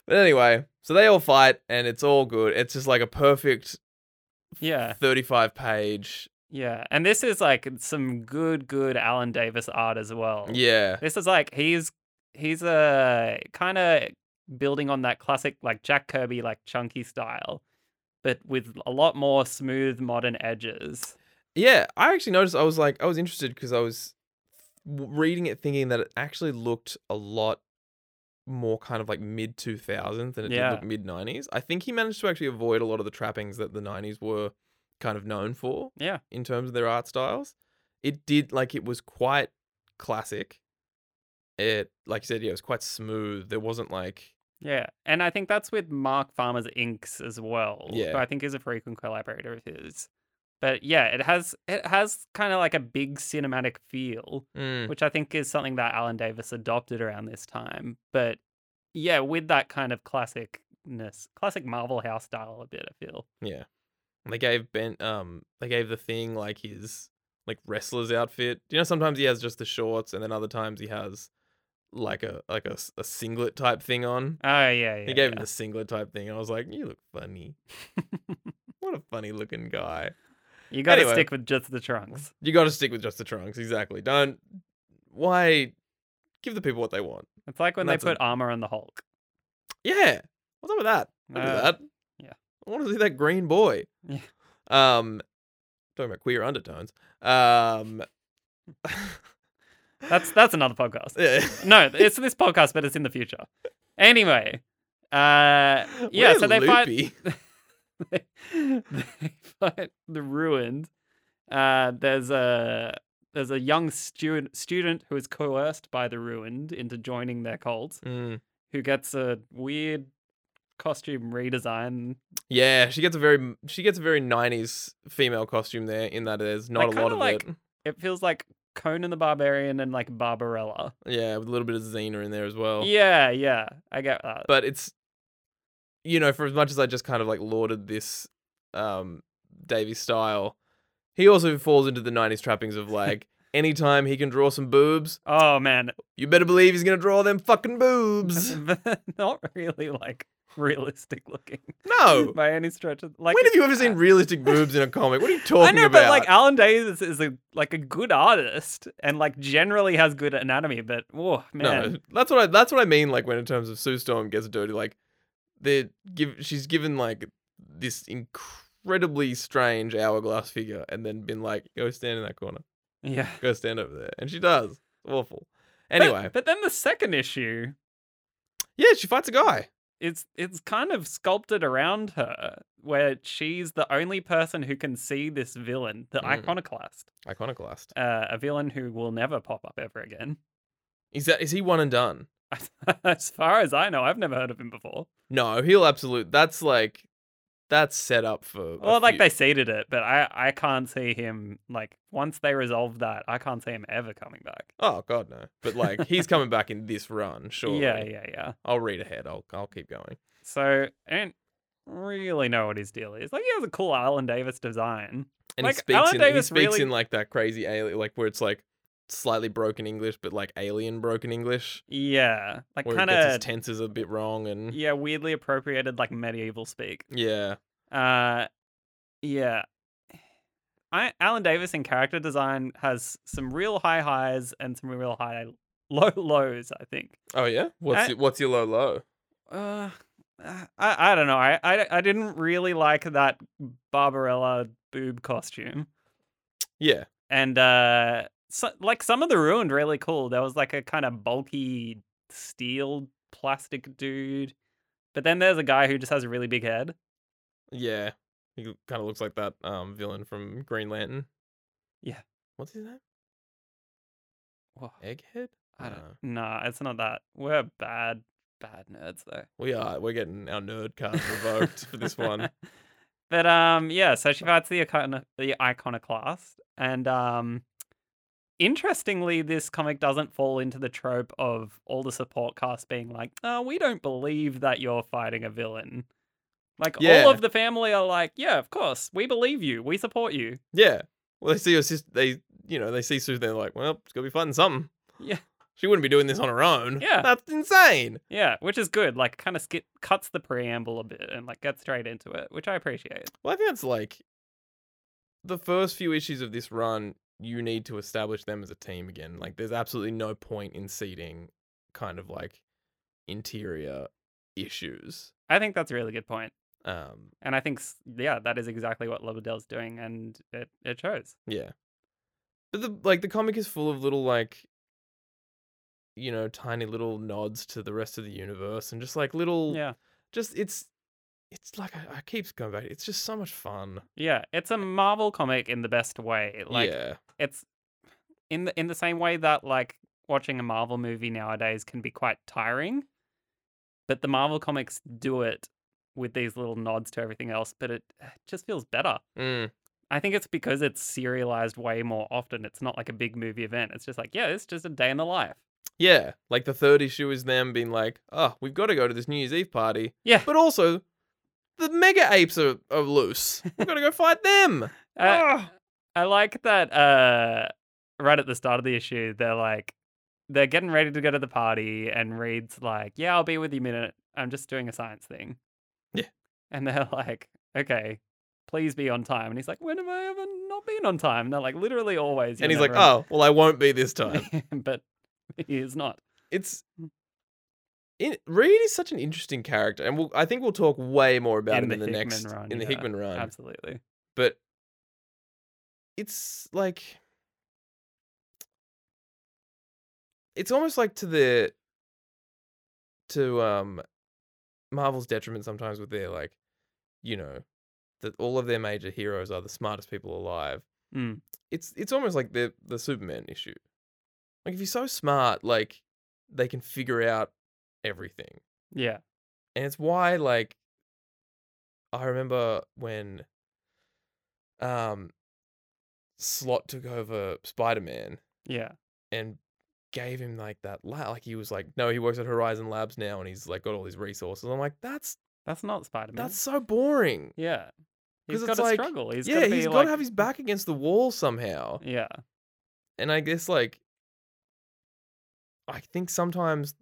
B: but anyway, so they all fight and it's all good. It's just like a perfect
A: Yeah,
B: 35 page.
A: yeah. And this is like some good, good Alan Davis art as well.
B: Yeah.
A: This is like he's he's a kind of building on that classic like Jack Kirby like chunky style, but with a lot more smooth modern edges.
B: Yeah, I actually noticed. I was like, I was interested because I was w- reading it, thinking that it actually looked a lot more kind of like mid 2000s than it
A: Yeah.
B: did look mid 90s. I think he managed to actually avoid a lot of the trappings that the 90s were kind of known for.
A: Yeah.
B: in terms of their art styles, it did like it was quite classic. It, like you said, yeah, it was quite smooth. There wasn't like
A: Yeah, and I think that's with Mark Farmer's inks as well.
B: Yeah.
A: who I think is a frequent collaborator of his. But yeah, it has it has kind of like a big cinematic feel,
B: mm,
A: which I think is something that Alan Davis adopted around this time. But yeah, with that kind of classicness, classic Marvel house style a bit. I feel.
B: yeah. And they gave Ben um they gave the thing like his like wrestler's outfit. You know, sometimes he has just the shorts, and then other times he has like a like a, s- a singlet type thing on.
A: Oh yeah, yeah.
B: He gave
A: yeah.
B: him the singlet type thing. and I was like, you look funny. what a funny looking guy.
A: You got to
B: Anyway.
A: stick with just the trunks.
B: You got to stick with just the trunks, exactly. Don't why give the people what they want.
A: It's like when
B: And
A: they
B: that's a-
A: put armor on the Hulk.
B: Yeah. What's up with that? Don't do
A: Uh,
B: that.
A: yeah.
B: I want to see that green boy.
A: Yeah.
B: Um, talking about queer undertones. Um,
A: That's that's another podcast.
B: (laughs) yeah. (laughs)
A: no, it's this podcast, but it's in the future. Anyway, (laughs) uh, yeah,
B: We're
A: so they
B: loopy.
A: fight. they fight the ruined. Uh, there's a there's a young student student who is coerced by the ruined into joining their cult,
B: Mm.
A: who gets a weird costume redesign.
B: Yeah, she gets a very she gets a very '90s female costume there. In that there's not a
A: kinda
B: lot of
A: like-
B: it.
A: It feels like Conan the Barbarian and like Barbarella.
B: Yeah, with a little bit of Xena in there as
A: Oh.
B: well.
A: Yeah, yeah, I get that.
B: but it's you know for as much as i just kind of like lauded this um davy style he also falls into the 90s
A: (laughs)
B: trappings of like anytime he can draw some boobs
A: Oh man,
B: you better believe he's gonna draw them
A: (laughs)
B: fucking boobs
A: not really like realistic looking.
B: no
A: (laughs) by any stretch. Of, like,
B: when have you ever seen
A: I-
B: realistic boobs in a comic what are you
A: (laughs) I
B: talking
A: know,
B: about
A: but like Alan Davis is a like a good artist and like generally has good anatomy, but oh man,
B: no that's what i that's what i mean like when in terms of sue storm gets dirty like they give she's given like this incredibly strange hourglass figure and then been like go stand in that corner
A: yeah.
B: go stand over there. And she does. It's awful.
A: But-
B: Anyway,
A: but, then the second issue,
B: yeah, she fights a guy.
A: it's it's kind of sculpted around her where she's the only person who can see this villain, the
B: Mm.
A: iconoclast,
B: Iconoclast.
A: uh, a villain who will never pop up ever again. (laughs)
B: Is that is he one and done?
A: as far as I know, I've never heard of him before.
B: No, he'll absolute. That's like that's set up for. a
A: Well, like
B: few-
A: they seeded it, but I I can't see him like once they resolve that, I can't see him ever coming back.
B: Oh God, no! But like he's coming back in this run, sure.
A: (laughs) Yeah, yeah, yeah.
B: I'll read ahead. I'll I'll keep going.
A: So I don't really know what his deal is. Like he has a cool Alan Davis design.
B: And
A: Like,
B: he speaks
A: Alan
B: in
A: Davis
B: he speaks
A: really-
B: in like that crazy alien, like where it's like slightly broken English, but like alien broken English,
A: Yeah, like
B: where
A: kind
B: it gets his
A: of
B: tenses a bit wrong and
A: yeah, weirdly appropriated like medieval speak.
B: yeah.
A: Uh, yeah. I, Alan Davis in character design has some real high highs and some real high (laughs) low lows. I think.
B: Oh yeah. What's
A: I-
B: your, what's your low low?
A: Uh, I I don't know. I, I I didn't really like that Barbarella boob costume,
B: Yeah.
A: and uh, so, like some of the ruined really cool. There was like a kind of bulky steel plastic dude, but then there's a guy who just has a really big head.
B: Yeah. He kind of looks like that um, villain from Green Lantern.
A: Yeah. Oh,
B: What's his name?
A: Whoa,
B: Egghead?
A: Eh, I don't. Nah, it's not that. We're bad, bad nerds though.
B: We are. We're getting our nerd card revoked for
A: (laughs)
B: this one.
A: But um, yeah, so she fights the icon- the iconoclast, and um, interestingly, this comic doesn't fall into the trope of all the support cast being like, "Oh, we don't believe that you're fighting a villain." Like
B: Yeah.
A: all of the family are like, "Yeah, of course, we believe you, we support you."
B: Yeah. Well, they see your sister. They, you know, they see Susan. They're like, well, she's gonna be fighting something.
A: Yeah.
B: She wouldn't be doing this on her own.
A: Yeah.
B: That's insane.
A: Yeah, which is good. Like, kind of skip cuts the preamble a bit and like gets straight into it, which I appreciate.
B: Well, I think that's like the first few issues of this run. You need to establish them as a team again. Like, there's absolutely no point in seeding kind of like interior issues.
A: I think that's a really good point,
B: Um,
A: and I think s- yeah, that is exactly what Loverdale's doing, and it it shows.
B: Yeah. But the like the comic is full of little like you know, tiny little nods to the rest of the universe and just like little
A: Yeah.
B: just it's it's like I, I keeps going back. It's just so much fun.
A: Yeah, it's a Marvel comic in the best way. Like
B: yeah.
A: it's in the in the same way that like watching a Marvel movie nowadays can be quite tiring, but the Marvel comics do it with these little nods to everything else, but it uh, just feels better.
B: Mm.
A: I think it's because it's serialized way more often. It's not like a big movie event. It's just like, yeah, it's just a day in the life.
B: Yeah. Like the third issue is them being like, "Oh, we've got to go to this New Year's Eve party."
A: Yeah.
B: But also the mega apes are, are loose. We've got to go fight them.
A: (laughs) Uh,
B: Ah.
A: I like that uh right at the start of the issue they're like they're getting ready to go to the party and Reed's like, "Yeah, I'll be with you in a minute. I'm just doing a science thing."
B: Yeah.
A: And they're (laughs) like, "Okay, please be on time." And he's like, "When have I ever not been on time?" And they're like, "Literally always."
B: and
A: you're
B: he's like,
A: never
B: "Oh, well I won't be this
A: on
B: (laughs) time."
A: (laughs) but he is not.
B: it's
A: Hmm.
B: in, Reed is such an interesting character, and we'll, I think we'll talk way more about
A: In
B: him in
A: the
B: the
A: Hickman
B: next
A: run,
B: in the
A: yeah,
B: Hickman run.
A: Absolutely.
B: But it's like it's almost like to the to um Marvel's detriment sometimes with their like you know that all of their major heroes are the smartest people alive.
A: Mm.
B: It's it's almost like the the Superman issue. Like if you're so smart, like they can figure out everything.
A: Yeah.
B: And it's why like I remember when um Slot took over Spider-Man
A: Yeah.
B: and gave him like that la- like he was like no he works at Horizon Labs now and he's like got all these resources. I'm like that's
A: That's not Spider-Man.
B: that's so boring.
A: Yeah.
B: 'Cause
A: He's
B: it's
A: got to
B: like-
A: struggle. He's
B: yeah,
A: gotta
B: he's
A: be
B: got
A: like,
B: to have his back against the wall somehow.
A: Yeah.
B: and I guess like I think sometimes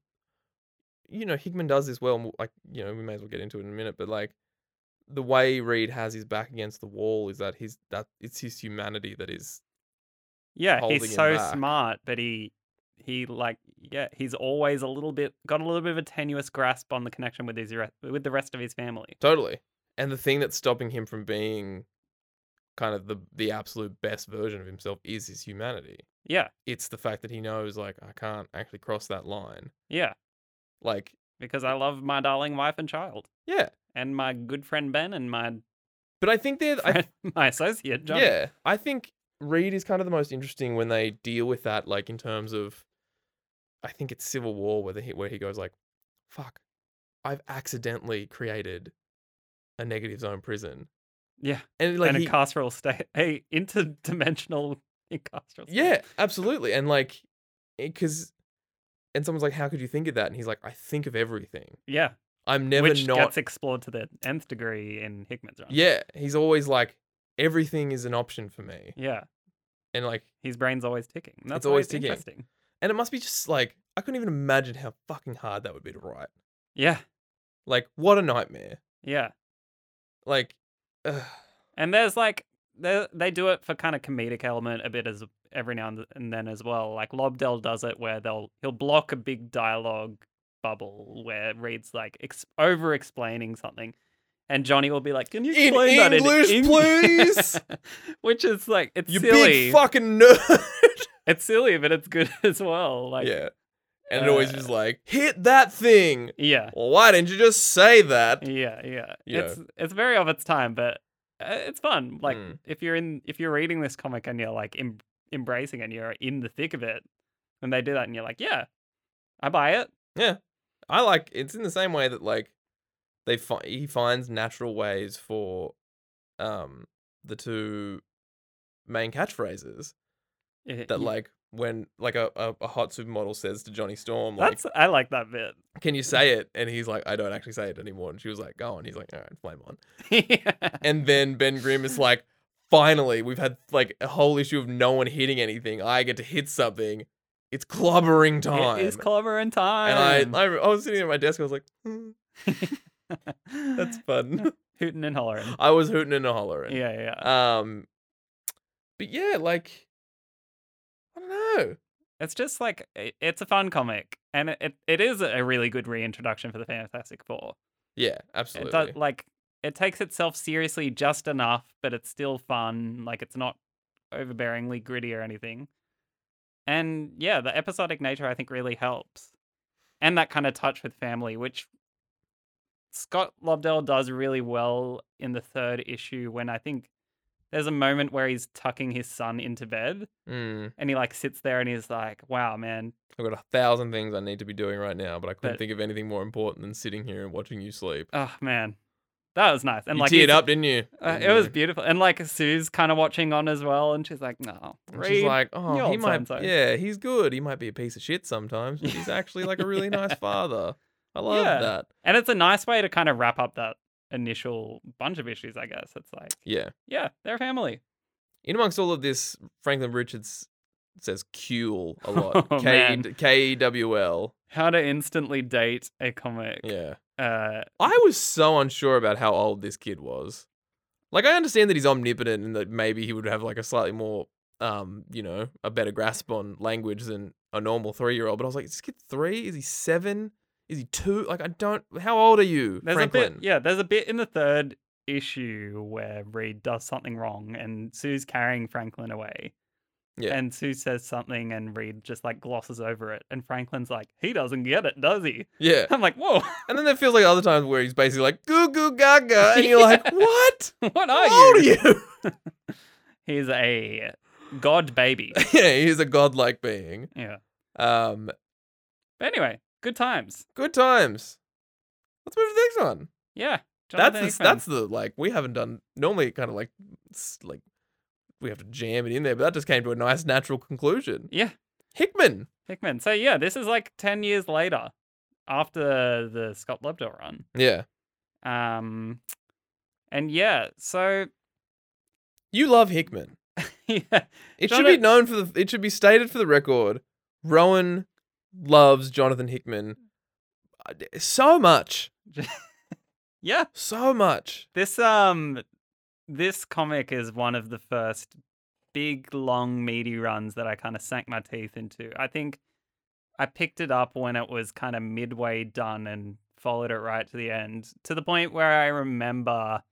B: you know Hickman does this well. and we'll- Like you know we may as well get into it in a minute, but like the way Reed has his back against the wall is that his that it's his humanity that is
A: Yeah,
B: holding him
A: he's so
B: back.
A: smart, but he he like yeah, he's always a little bit got a little bit of a tenuous grasp on the connection with his re- with the rest of his family.
B: totally and the thing that's stopping him from being kind of the the absolute best version of himself is his humanity.
A: Yeah,
B: It's the fact that he knows like I can't actually cross that line.
A: yeah,
B: Like
A: because I love my darling wife and child,
B: yeah,
A: and my good friend Ben, and my
B: but I think they're I
A: friend, (laughs) my associate Johnny.
B: Yeah, I think Reed is kind of the most interesting when they deal with that, like in terms of, I think it's Civil War where he where he goes like, "Fuck, I've accidentally created a negative zone prison,"
A: yeah,
B: and like
A: and
B: he-
A: a carceral state, (laughs) a interdimensional (laughs) carceral. State.
B: yeah, absolutely, and like, because, and someone's like, "How could you think of that?" And he's like, "I think of everything.
A: yeah,
B: I'm never
A: which
B: not
A: gets explored to the nth degree in Hickman's run.
B: yeah." He's always like, "Everything is an option for me,"
A: yeah,
B: and like,
A: his brain's always ticking. That's
B: It's always
A: why
B: ticking.
A: Interesting.
B: and it must be just like I couldn't even imagine how fucking hard that would be to write.
A: Yeah,
B: Like, what a nightmare.
A: yeah.
B: Like, ugh.
A: And there's like they they do it for kind of comedic element a bit as every now and- and then as well. Like Lobdell does it where they'll he'll block a big dialogue bubble where Reed's like ex- over explaining something, and Johnny will be like, "Can you
B: In
A: explain that
B: English,
A: in Eng-"
B: please?
A: (laughs) Which is like it's
B: you
A: silly.
B: big fucking nerd. (laughs)
A: it's silly, but it's good (laughs) as well. Like uh
B: yeah. And it always was like, hit that thing.
A: yeah,
B: Well, why didn't you just say that?
A: yeah, yeah.
B: Yeah.
A: It's it's very of its time, but uh, it's fun. Like
B: Mm.
A: if you're in if you're reading this comic and you're like em- embracing it and you're in the thick of it, and they do that and you're like, yeah, I buy it.
B: I like it's in the same way that like they fi- he finds natural ways for um the two main catchphrases
A: It-
B: that
A: y-
B: like when like a, a, a hot supermodel says to Johnny Storm like
A: that's I like that bit. (laughs)
B: can you say it and he's like I don't actually say it anymore and she was like go on he's like all right flame on and then Ben Grimm is like finally we've had like a whole issue of no one hitting anything I get to hit something it's clobbering time
A: It is clever in
B: and
A: time.
B: I, I I was sitting at my desk I was like hmm,
A: (laughs)
B: that's fun
A: hooting and
B: (laughs)
A: hollering.
B: I was hooting and hollering
A: Yeah, yeah.
B: Um, but yeah, like I don't know.
A: It's just like i- it's a fun comic, and it, it, it is a really good reintroduction for the Fantastic Four.
B: Yeah,
A: It
B: absolutely.
A: does like it takes itself seriously just enough, but it's still fun. Like it's not overbearingly gritty or anything. And yeah, the episodic nature I think really helps, and that kind of touch with family, which Scott Lobdell does really well in the third issue. When I think there's a moment where he's tucking his son into bed,
B: Mm,
A: and he like sits there and he's like, "Wow, man,
B: I've got a thousand things I need to be doing right now, but I couldn't
A: But-
B: think of anything more important than sitting here and watching you sleep.
A: oh man, that was nice." And
B: you
A: like
B: teared
A: he's-
B: up, didn't you? Mm.
A: Uh,
B: And
A: it was
B: you-
A: beautiful, and like Sue's kind of watching on as well, and she's like, "No,
B: and She's
A: Reed."
B: like, oh, he
A: old
B: might.
A: so-and-so."
B: Yeah, he's good. He might be a piece of shit sometimes, but he's actually like a
A: (laughs)
B: really nice father. I love
A: Yeah.
B: that.
A: and it's a nice way to kind of wrap up that initial bunch of issues. I guess it's like,
B: Yeah.
A: yeah, they're family.
B: In amongst all of this, Franklin Richards says "cule" a lot.
A: (laughs) Oh,
B: K
A: man.
B: K E W L.
A: How to instantly date a comic?
B: Yeah.
A: Uh,
B: I was so unsure about how old this kid was. Like, I understand that he's omnipotent and that maybe he would have like a slightly more, um, you know, a better grasp on language than a normal three-year-old. But I was like, is this kid three? Is he seven? Is he two? Like, I don't. How old are you,
A: there's a
B: Franklin?
A: bit, yeah, there's a bit in the third issue where Reed does something wrong, and Sue's carrying Franklin away.
B: Yeah.
A: And Sue says something, and Reed just like glosses over it, and Franklin's like, "He doesn't get it, does he?"
B: yeah.
A: I'm like, "Whoa, (laughs)
B: And then there feels like other times where he's basically like goo goo
A: (laughs)
B: gaga, and you're like,
A: Yeah.
B: what?
A: what are
B: How old are you? (laughs)
A: He's a god
B: (laughs)
A: baby.
B: yeah, he's a godlike being.
A: yeah.
B: Um,
A: But anyway, good times.
B: good times. Let's move to the next one.
A: Yeah. Jonathan
B: that's the,
A: Hickman.
B: that's the like we haven't done normally kind of like s- like we have to jam it in there, but that just came to a nice natural conclusion.
A: yeah
B: Hickman,
A: Hickman. So yeah, this is like ten years later, after the Scott Lobdell run.
B: yeah,
A: Um, and yeah, so (laughs)
B: you love Hickman.
A: yeah,
B: It should
A: Jonathan-
B: be known for the. It should be stated for the record. Rowan loves Jonathan Hickman uh, d- so much,
A: yeah.
B: so much.
A: This um, this comic is one of the first big long meaty runs that I kind of sank my teeth into. I think I picked it up when it was kind of midway done and followed it right to the end to the point where I remember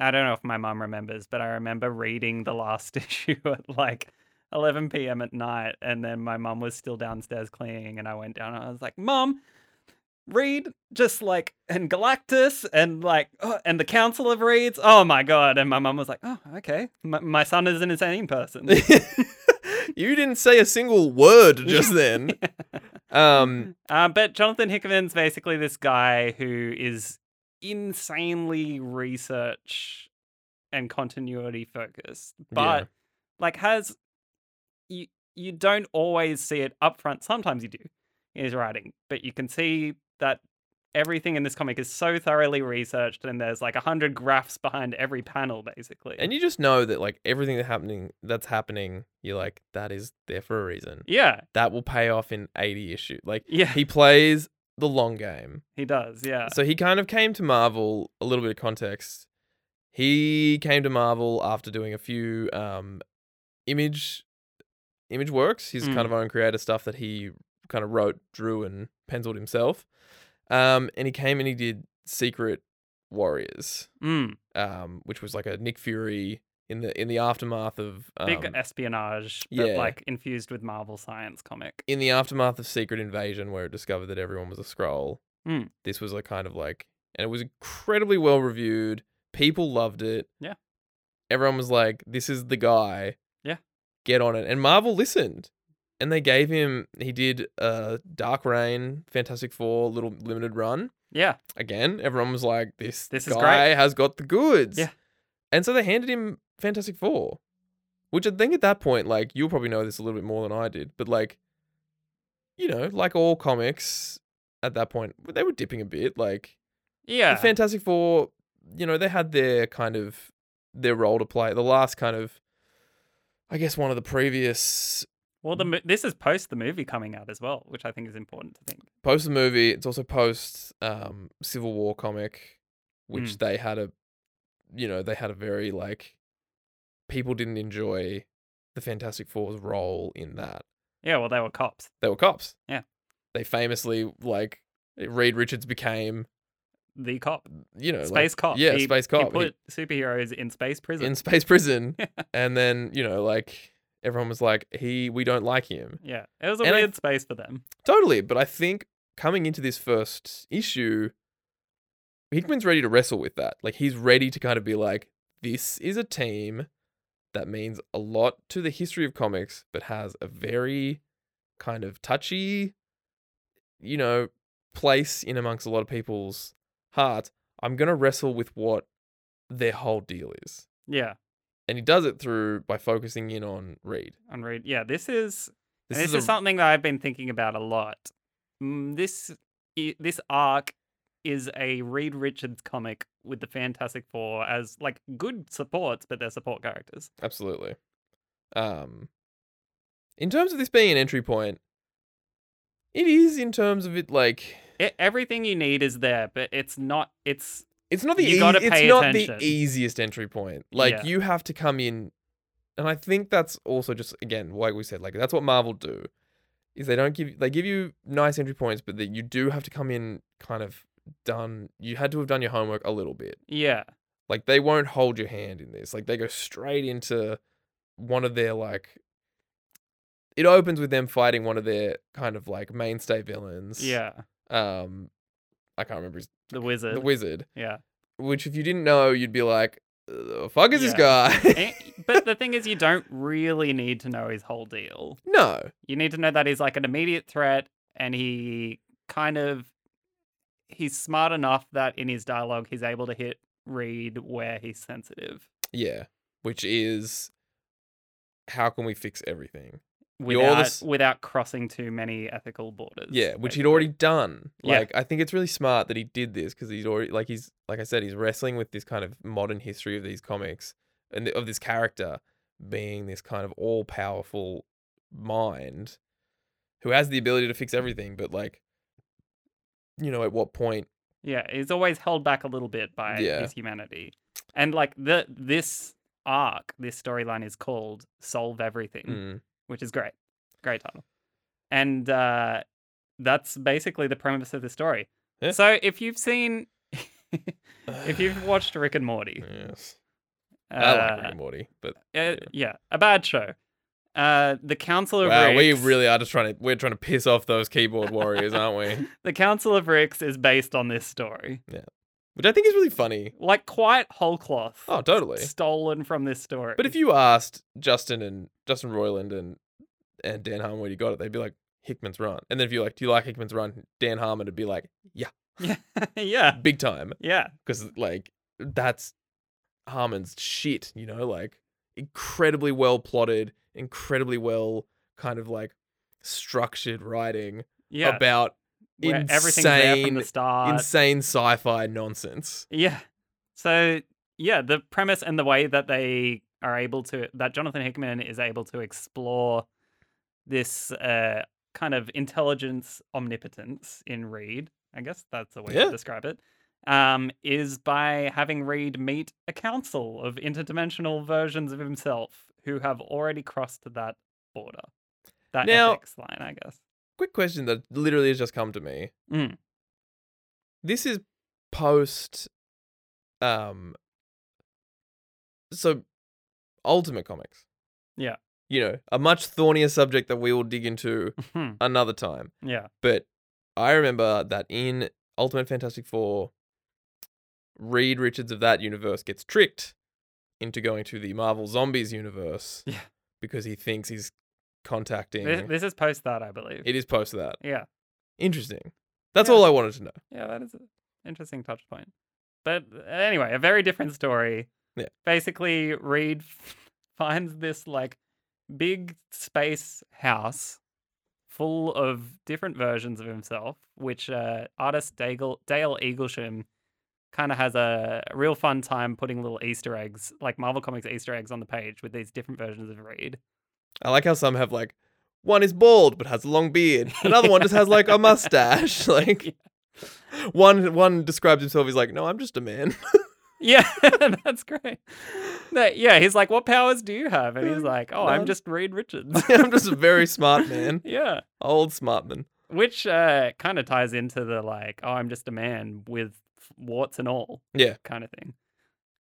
A: I don't know if my mum remembers, but I remember reading the last (laughs) issue at like 11 p.m. at night and then my mum was still downstairs cleaning and I went down and I was like, "Mum, read just like and Galactus and like oh, and the Council of Reeds. Oh my god." And my mum was like, "Oh, okay. My, my son is an insane
B: (laughs)
A: person." (laughs)
B: you didn't say a single word just then.
A: (laughs)
B: Um,
A: Uh, but Jonathan Hickman's basically this guy who is insanely research and continuity focused, but
B: Yeah.
A: like has you you don't always see it up front. Sometimes you do in his writing, but you can see that everything in this comic is so thoroughly researched, and there's like a hundred graphs behind every panel, basically.
B: and you just know that like everything that happening that's happening, you're like that is there for a reason.
A: yeah,
B: that will pay off in 80 issue. Like
A: yeah, Uh.
B: he plays the long game.
A: he does. Yeah,
B: So he kind of came to Marvel a little bit of context. He came to Marvel after doing a few um image image works, his kind
A: Mm.
B: of own creator stuff that he kind of wrote, drew and penciled himself. Um and he came and he did Secret Warriors,
A: mm,
B: um which was like a Nick Fury in the in the aftermath of um,
A: big espionage, but
B: yeah.
A: like infused with Marvel science comic.
B: in the aftermath of Secret Invasion, where it discovered that everyone was a scroll,
A: Mm.
B: this was a kind of like, and it was incredibly well reviewed. People loved it.
A: Yeah.
B: Everyone was like, this is the guy.
A: Yeah.
B: Get on it. And Marvel listened. and they gave him he did uh Dark Rain, Fantastic Four, little limited run.
A: Yeah.
B: Again, everyone was like, This,
A: This is
B: guy
A: great.
B: has got the goods.
A: Yeah.
B: And so they handed him Fantastic Four. Which I think at that point, like, you'll probably know this a little bit more than I did, but like, you know, like all comics at that point, they were dipping a bit. Like
A: Yeah.
B: the Fantastic Four, you know, they had their kind of their role to play. The last kind of I guess one of the previous
A: well, the mo- this is post the movie coming out as well, which I think is important to think.
B: post the movie. It's also post um, Civil War comic,
A: Hmm.
B: which they had a, you know, they had a very like, people didn't enjoy the Fantastic Four's role in that.
A: Yeah. Well, they were cops.
B: They were cops.
A: Yeah.
B: They famously like Reed Richards became,
A: The cop.
B: you know, like-
A: space cop.
B: Yeah,
A: He-
B: space cop.
A: He
B: He-
A: put superheroes in space prison.
B: in
A: (laughs)
B: space prison, and then you know like everyone was like he we don't like him
A: yeah. It was a
B: And I-
A: weird space for them.
B: totally. But I think coming into this first issue, Hickman's ready to wrestle with that. Like he's ready to kind of be like, this is a team that means a lot to the history of comics, but has a very kind of touchy, you know, place in amongst a lot of people's hearts. I'm gonna wrestle with what their whole deal is.
A: Yeah.
B: And he does it through by focusing in on Reed.
A: And read. Yeah. This is and
B: This,
A: this
B: is,
A: is,
B: a,
A: something that I've been thinking about a lot. Mm, This i- this arc is a Reed Richards comic with the Fantastic Four as like good supports, but they're support characters.
B: Absolutely. Um, in terms of this being an entry point, it is in terms of it like
A: E- everything you need is there, but it's not. It's
B: it's not the e,
A: You gotta
B: it's
A: pay
B: not
A: attention.
B: the easiest entry point. Like
A: Yeah.
B: you have to come in, and I think that's also just again like we said, like that's what Marvel do, is they don't give they give you nice entry points, but that you do have to come in kind of done. You had to have done your homework a little bit.
A: yeah,
B: Like they won't hold your hand in this. Like they go straight into one of their like it opens with them fighting one of their kind of like mainstay villains.
A: yeah.
B: Um I can't remember his
A: The wizard.
B: the wizard,
A: yeah.
B: which if you didn't know, you'd be like, the fuck is this guy?
A: Eh, but the thing is, you don't really need to know his whole deal.
B: (laughs) no.
A: You need to know that he's like an immediate threat and he kind of he's smart enough that in his dialogue he's able to hit Reed where he's sensitive
B: Yeah. Which is how can we fix everything? You're the
A: without
B: s-
A: without crossing too many ethical borders.
B: Yeah, which he'd
A: basically.
B: already done.
A: Yeah.
B: Like, I think it's really smart that he did this because he's already like he's like I said, he's wrestling with this kind of modern history of these comics and th- of this character being this kind of all powerful mind who has the ability to fix everything, but like, you know, at what point?
A: Yeah, he's always held back a little bit by
B: Yeah.
A: his humanity. And like the this arc, this storyline is called Solve Everything.
B: Mm.
A: which is great. Great title. And uh, that's basically the premise of the story.
B: Yeah.
A: So if you've seen, if (laughs) you've watched Rick and Morty,
B: (sighs) yes,
A: uh,
B: I like Rick and Morty, but
A: uh, yeah, a bad show. Uh, the Council of
B: wow, we
A: Ricks,
B: really are just trying to we're trying to piss off those keyboard warriors, aren't we?
A: (laughs) the Council of Ricks is based on this story,
B: Which I think is really funny.
A: like quite whole cloth,
B: Oh, totally.
A: stolen from this story.
B: But if you asked Justin and Justin Roiland and and Dan Harmon where you got it, they'd be like Hickman's Run. And then if you're like, do you like Hickman's Run? Dan Harmon would be like, yeah,
A: yeah, (laughs) yeah,
B: big time,
A: yeah,
B: because like that's Harmon's shit. You know, like incredibly well plotted, incredibly well kind of like structured writing
A: yeah. Uh,
B: about
A: where everything's there from the
B: insane-
A: start.
B: insane sci-fi nonsense.
A: Yeah. So yeah, the premise and the way that they are able to that Jonathan Hickman is able to explore this uh, kind of intelligence omnipotence in Reed, I guess that's the way
B: Yeah.
A: to describe it. Um, is by having Reed meet a council of interdimensional versions of himself who have already crossed that border. That
B: Now-
A: ethics line, I guess. (laughs)
B: quick question that literally has just come to me.
A: Mm.
B: This is post um so Ultimate Comics.
A: Yeah.
B: You know, a much thornier subject that we will dig into
A: Hmm.
B: another time.
A: yeah.
B: But I remember that in Ultimate Fantastic 4 Reed Richards of that universe gets tricked into going to the Marvel Zombies universe
A: Yeah.
B: because he thinks he's contacting.
A: Thi- This is post that, I believe.
B: it is post that.
A: yeah.
B: Interesting. That's
A: Yeah.
B: all I wanted to know.
A: Yeah, that is an interesting touch point. But uh, anyway, a very different story.
B: Yeah.
A: Basically, Reed (laughs) finds this like big space house full of different versions of himself, which uh, artist Dale, Dale Eaglesham kind of has a real fun time putting little Easter eggs, like Marvel Comics Easter eggs on the page with these different versions of Reed.
B: I like how some have like one is bald but has a long beard. Another one just has like a mustache. (laughs)
A: (laughs)
B: Like one one describes himself as like, no, I'm just
A: (laughs)
B: a man. (laughs)
A: Yeah, that's great. No, yeah, he's like, "What powers do you have?" And he's like, "Oh, I'm
B: Um, None.
A: just Reed Richards."
B: (laughs) I'm just a very smart (laughs) man.
A: yeah,
B: Old smart man.
A: which uh, kind of ties into the like, "Oh, I'm just a man with warts and all."
B: Yeah.
A: kind of thing.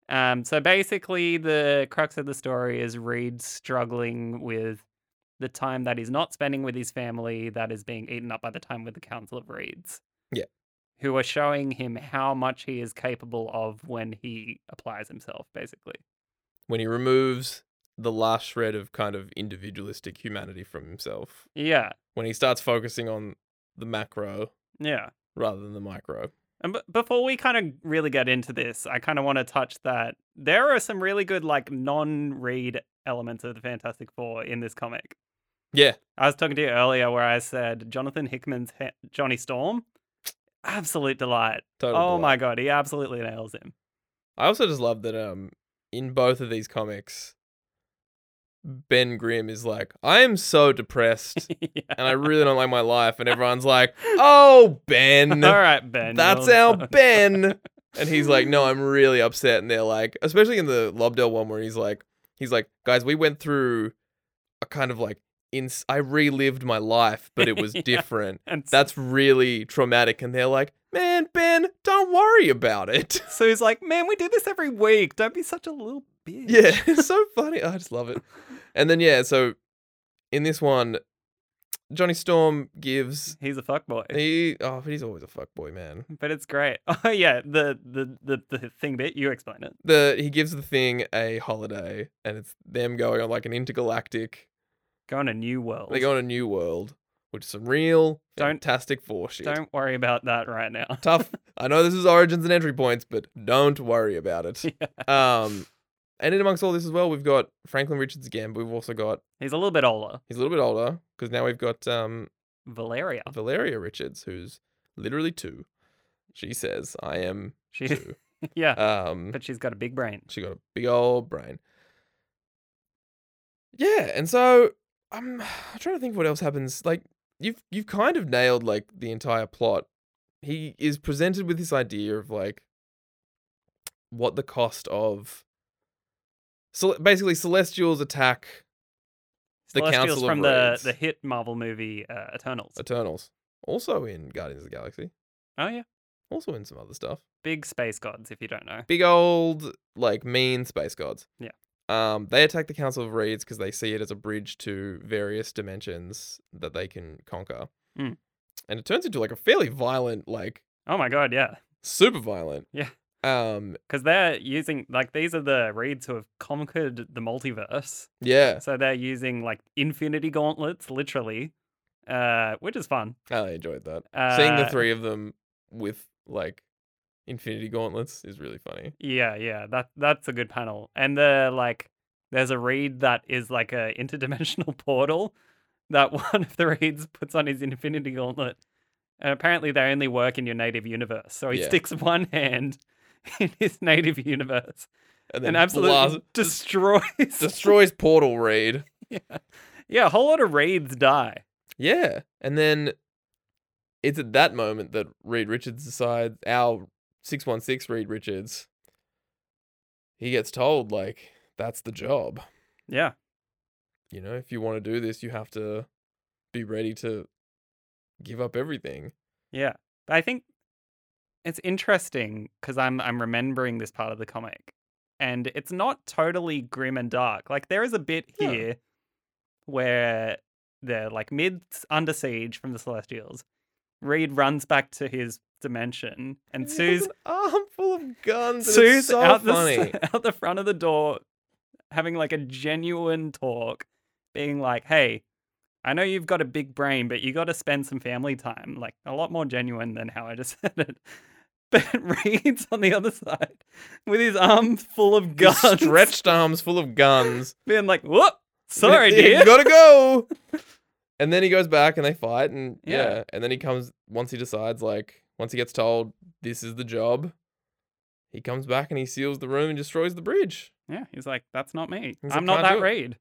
A: Um, so basically, the crux of the story is Reed struggling with the time that he's not spending with his family that is being eaten up by the time with the Council of Reeds.
B: Yeah.
A: Who are showing him how much he is capable of when he applies himself, basically.
B: When he removes the last shred of kind of individualistic humanity from himself.
A: Yeah.
B: When he starts focusing on the macro
A: Yeah.
B: rather than the micro.
A: And b- before we kind of really get into this, I kind of want to touch that there are some really good like non-read elements of the Fantastic Four in this comic.
B: Yeah.
A: I was talking to you earlier where I said Jonathan Hickman's he- Johnny Storm, absolute delight.
B: Total
A: oh
B: delight.
A: my god, he absolutely nails him. (laughs)
B: I also just love that um in both of these comics, Ben Grimm is like, I am so depressed
A: yeah.
B: and I really don't like my life, and everyone's like, Oh
A: (laughs)
B: Ben,
A: All right, Ben.
B: that's
A: you're (laughs)
B: our
A: so-
B: Ben. And he's like, No, I'm really upset, and they're like, especially in the Lobdell one where he's like, he's like, guys, we went through a kind of like in I relived my life, but it was
A: Yeah.
B: different.
A: And s-
B: That's really traumatic, and they're like, Man, Ben, don't worry about it.
A: so he's like, man, we do this every week. Don't be such a little bitch. (laughs)
B: Yeah, it's so funny. I just love it. And then yeah, so in this one, Johnny Storm gives
A: He's a fuckboy.
B: he oh, but he's always a fuckboy, man.
A: But it's great. (laughs) Oh yeah, the the the, the thing bit. You explain it.
B: The he gives the thing a holiday, and it's them going on like an intergalactic.
A: Go on a new world.
B: They go on a new world, which is some real
A: Don't-
B: fantastic four shit.
A: Don't worry about that right
B: (laughs)
A: now. (laughs)
B: Tough. I know this is origins and entry points, but don't worry about it. Um, and in amongst all this as well, we've got Franklin Richards again, but we've also got
A: He's a little bit older.
B: he's a little bit older because now we've got um
A: Valeria.
B: Valeria Richards, who's literally two. She says, I am
A: She (laughs)
B: two.
A: yeah,
B: Um,
A: but she's got a big brain.
B: she got a big old brain. Yeah, and so I'm (sighs) trying to think what else happens. Like you've you've kind of nailed like the entire plot. He is presented with this idea of like what the cost of so basically Celestials attack The
A: Celestials
B: Council of
A: from the,
B: Reeds.
A: the hit Marvel movie uh, Eternals.
B: Eternals. Also in Guardians of the Galaxy.
A: Oh yeah,
B: Also in some other stuff.
A: big space gods. If you don't know.
B: big old like mean space gods.
A: Yeah.
B: Um, they attack the Council of Reeds because they see it as a bridge to various dimensions that they can conquer.
A: Mm.
B: And it turns into like a fairly violent, like
A: Oh my god, yeah,
B: super violent.
A: Yeah.
B: Um.
A: because they're using like these are the Reeds who have conquered the multiverse.
B: Yeah.
A: So they're using like infinity gauntlets, literally, uh, which is fun.
B: I enjoyed that.
A: Uh,
B: Seeing the three of them with like Infinity Gauntlets is really funny.
A: Yeah, yeah, that that's a good panel. And the like, there's a reed that is like a interdimensional (laughs) portal that (laughs) one of the reeds puts on his infinity gauntlet, and apparently they only work in your native universe. So he
B: Yeah.
A: sticks (laughs) one hand in his native universe
B: And then
A: and absolutely (laughs)
B: blast-
A: destroys.
B: destroys Portal Reed.
A: (laughs) yeah, a whole lot of reeds die.
B: Yeah. And then it's at that moment that Reed Richards decides, our 616 Reed Richards, he gets told, like, that's the job.
A: Yeah,
B: You know, if you want to do this, you have to be ready to give up everything.
A: yeah. I think it's interesting because I'm I'm remembering this part of the comic, and it's not totally grim and dark. Like there is a bit
B: No.
A: here where they're like mid under siege from the Celestials. Reed runs back to his dimension,
B: (laughs)
A: and
B: He has
A: Sue's
B: an arm full of guns. and
A: Sue's
B: it's so
A: out, (laughs)
B: funny.
A: The, s- out the front of the door, having like a genuine talk, being like, "Hey, I know you've got a big brain, but you got to spend some family time. Like a lot more genuine than how I just (laughs) said it. But Reed's on the other side with his arms full of
B: His
A: guns,
B: Stretched arms full of guns.
A: (laughs) being like, "Whoop, sorry,
B: (laughs) You- you
A: dear." (laughs)
B: gotta go. and then he goes back and they fight and yeah.
A: Yeah.
B: And then he comes once he decides like once he gets told this is the job, he comes back and he seals the room and destroys the bridge.
A: Yeah, he's like, "That's not me.
B: He's like,
A: I'm not
B: "Can't
A: that
B: do it."
A: Reed."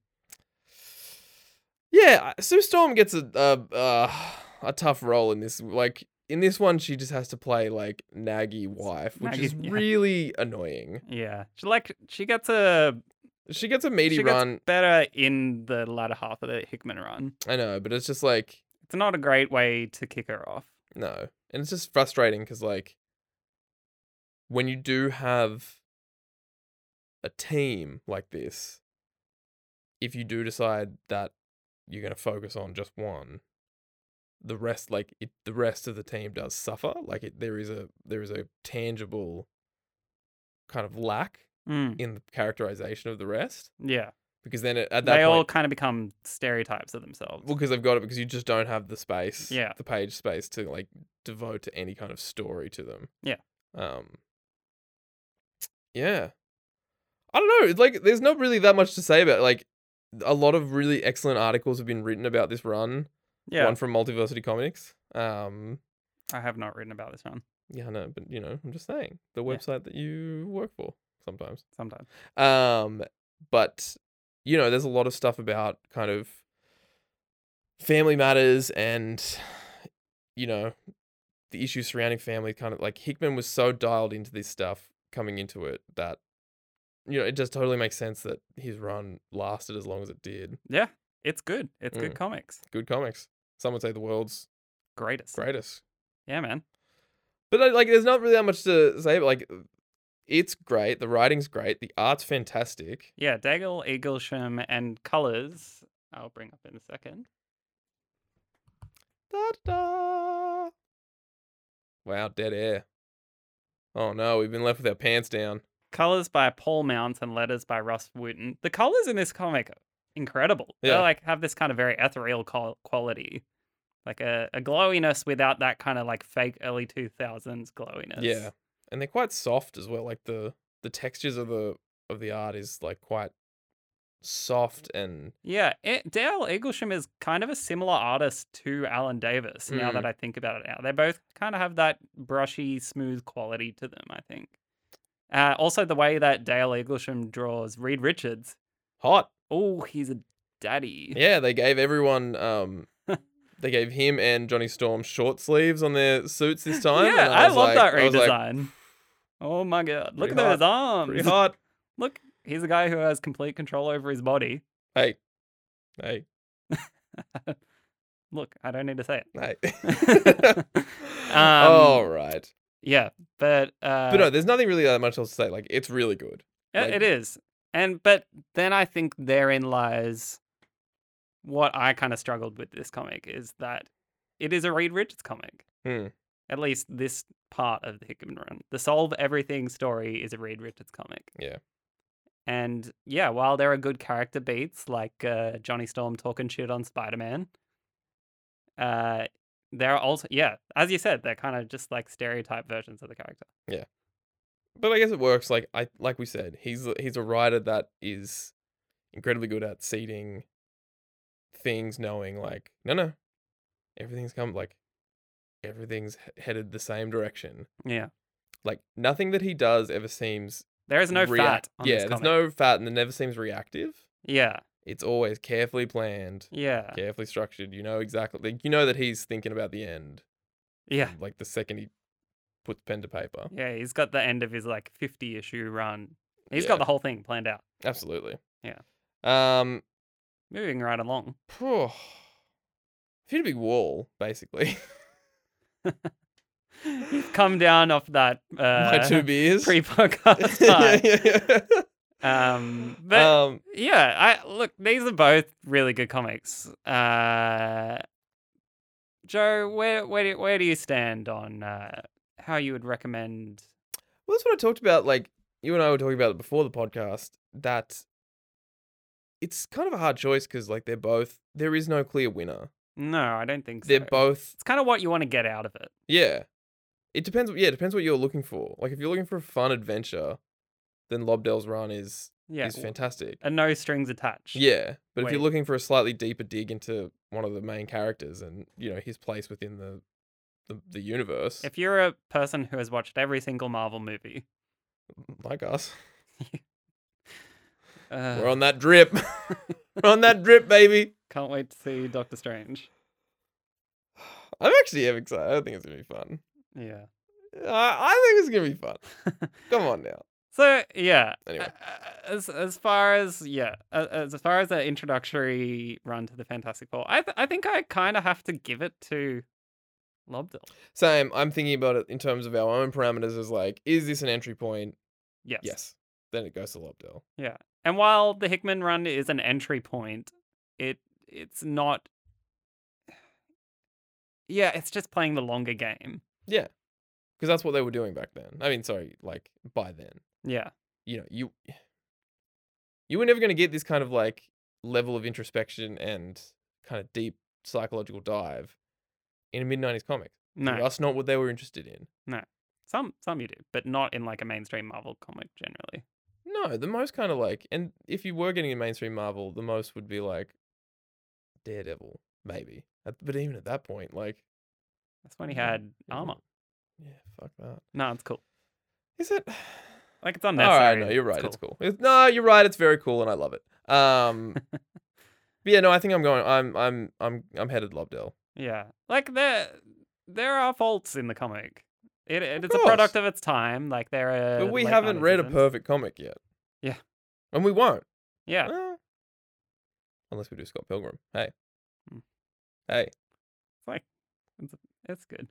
B: Yeah, I- Sue Storm gets a a, uh, a tough role in this. Like in this one, she just has to play like naggy wife, which
A: Naggy,
B: is
A: yeah.
B: really annoying.
A: Yeah, she like she gets a
B: She gets a meaty
A: she gets
B: run,
A: better in the latter half of the Hickman run.
B: I know, but it's just like
A: It's not a great way to kick her off.
B: No. And it's just frustrating because, like, when you do have a team like this, if you do decide that you're going to focus on just one, the rest, like, it, the rest of the team does suffer. Like, it, there is a there is a tangible kind of lack
A: Mm,
B: in the characterization of the rest
A: yeah,
B: because then it, at
A: they
B: that point,
A: all kind of become stereotypes of themselves.
B: well, because they've got it because you just don't have the space,
A: Yeah.
B: the page space to like devote to any kind of story to them.
A: Yeah.
B: Um. Yeah. I don't know. It's like there's not really that much to say about. It. Like a lot of really excellent articles have been written about this run.
A: yeah,
B: One from Multiversity Comics. Um.
A: I have not written about this one
B: Yeah, I know, but you know, I'm just saying the
A: Yeah.
B: website that you work for sometimes.
A: sometimes.
B: Um, but you know, there's a lot of stuff about kind of family matters and you know the issues surrounding family. Kind of like Hickman was so dialed into this stuff coming into it that you know it just totally makes sense that his run lasted as long as it did.
A: Yeah, it's good. It's good
B: Mm.
A: comics.
B: Good comics. Some would say the world's
A: Greatest.
B: greatest.
A: Yeah, man.
B: But uh, like, there's not really that much to say. But like, it's great. The writing's great. The art's fantastic.
A: Yeah, Daigle, Eaglesham, and Colors. I'll bring up in a second.
B: Da-da-da. Wow, dead air. Oh no, we've been left with our pants down.
A: Colors by Paul Mounts and letters by Russ Wooten. The colors in this comic are incredible.
B: Yeah.
A: They like have this kind of very ethereal col- quality, like a, a glowiness without that kind of like fake early two thousands glowiness.
B: Yeah, and they're quite soft as well. Like the the textures of the of the art is like quite soft and
A: yeah. It, Dale Eaglesham is kind of a similar artist to Alan Davis. Now
B: Mm.
A: that I think about it, now they both kind of have that brushy, smooth quality to them. I think. Uh, also, the way that Dale Eaglesham draws Reed Richards. (laughs)
B: hot.
A: Oh, he's a daddy.
B: Yeah, they gave everyone
A: (laughs)
B: um they gave him and Johnny Storm short sleeves on their suits this time.
A: Yeah,
B: and
A: I,
B: was
A: love
B: like-
A: that
B: I was like,
A: redesign. oh my god! Look at
B: Pretty
A: those (laughs)
B: Pretty
A: arms.
B: hot.
A: Look, he's a guy who has complete control over his body.
B: Hey, hey,
A: Look, I don't need to say
B: (laughs) hey.
A: it.
B: All right.
A: (laughs) yeah, but Um, uh,
B: but no, there's nothing really that much else to say. Like, it's really good.
A: i-
B: like-
A: Uh, it is, and but then I think therein lies what I kind of struggled with this comic is that it is a Reed Richards comic.
B: Hmm.
A: At least this part of the Hickman run, the solve everything story is a Reed Richards comic.
B: Yeah.
A: And yeah, while there are good character beats like uh, Johnny Storm talking shit on Spider Man, uh, there are also yeah, as you said, they're kind of just like stereotype versions of the character.
B: but I guess it works. Like I like we said, he's a- he's a writer that is incredibly good at seeding things, knowing like no, no, everything's come like everything's he- headed the same direction.
A: Yeah,
B: Like nothing that he does ever seems
A: there is no
B: react-
A: fat. On
B: yeah,
A: this
B: there's
A: comic.
B: no fat, and it never seems reactive.
A: Yeah,
B: It's always carefully planned,
A: yeah, yeah,
B: carefully structured. You know exactly. Like, you know that he's thinking about the end.
A: yeah,
B: Like the second he puts pen to paper.
A: He's got the end of his like fifty issue run. He's
B: Yeah.
A: got the whole thing planned out.
B: Absolutely.
A: Yeah.
B: Um.
A: Moving right along.
B: Phew. Hit a big wall, basically. (laughs)
A: You've come down off that uh, (laughs)
B: (laughs) My two beers.
A: pre-podcast
B: (laughs) yeah,
A: time.
B: yeah, (laughs) yeah.
A: Um, but
B: um,
A: yeah, I look. These are both really good comics. Uh, Joe, where where do, where do you stand on uh, how you would recommend?
B: well, that's what I talked about. Like you and I were talking about it before the podcast. That it's kind of a hard choice because like they're both there is no clear winner.
A: No, I don't think so.
B: They're both
A: It's kind of what you want to get out of it.
B: yeah. It depends. Yeah, it depends what you're looking for. Like if you're looking for a fun adventure, then Lobdell's Run is
A: Yeah.
B: is fantastic.
A: And no strings attached.
B: Yeah, but if you're
A: Wait.
B: looking for a slightly deeper dig into one of the main characters and you know his place within the the, the universe,
A: If you're a person who has watched every single Marvel movie,
B: like us,
A: uh,
B: we're on that drip. we're on that drip, baby.
A: can't wait to see Doctor Strange.
B: I'm actually am excited. I think it's gonna be fun.
A: Yeah. (laughs)
B: I, I think it's gonna be fun. Come on now.
A: So yeah,
B: Anyway.
A: uh, as as far as yeah, a- as, as far as that introductory run to the Fantastic Four, I th- I think I kind of have to give it to Lobdell.
B: Same. I'm thinking about it in terms of our own parameters. As like, is this an entry point?
A: Yes.
B: Yes. Then it goes to Lobdell.
A: And while the Hickman run is an entry point, it it's not. Yeah, it's just playing the longer game.
B: because that's what they were doing back then. I mean, sorry, like by then.
A: Yeah.
B: you know you you were never going to get this kind of like level of introspection and kind of deep psychological dive in a mid 90s comic
A: No.
B: that's not what they were interested in
A: Some some you do, but not in like a mainstream Marvel comic generally.
B: no the most kind of like and if you were getting a mainstream marvel the most would be like daredevil maybe At- but even at that point like
A: That's when he
B: Yeah.
A: had armor.
B: yeah fuck that
A: No, it's cool.
B: is it (sighs)
A: Like (laughs) it's
B: All
A: unnecessary.
B: right, no, you're right.
A: cool.
B: It's cool. It's- no, you're right. It's very cool, and I love it.
A: (laughs)
B: Um, but yeah, no, I think I'm going. I'm, I'm, I'm, I'm headed Lobdell.
A: Yeah, like there there are faults in the comic. It, it
B: Of
A: it's a product of its time. Like there are.
B: But
A: Uh,
B: we
A: late
B: haven't read a
A: nineties isms.
B: perfect comic yet.
A: Yeah.
B: and we won't.
A: Yeah,
B: Well, unless we do Scott Pilgrim. Hey,
A: Mm.
B: hey,
A: it's good.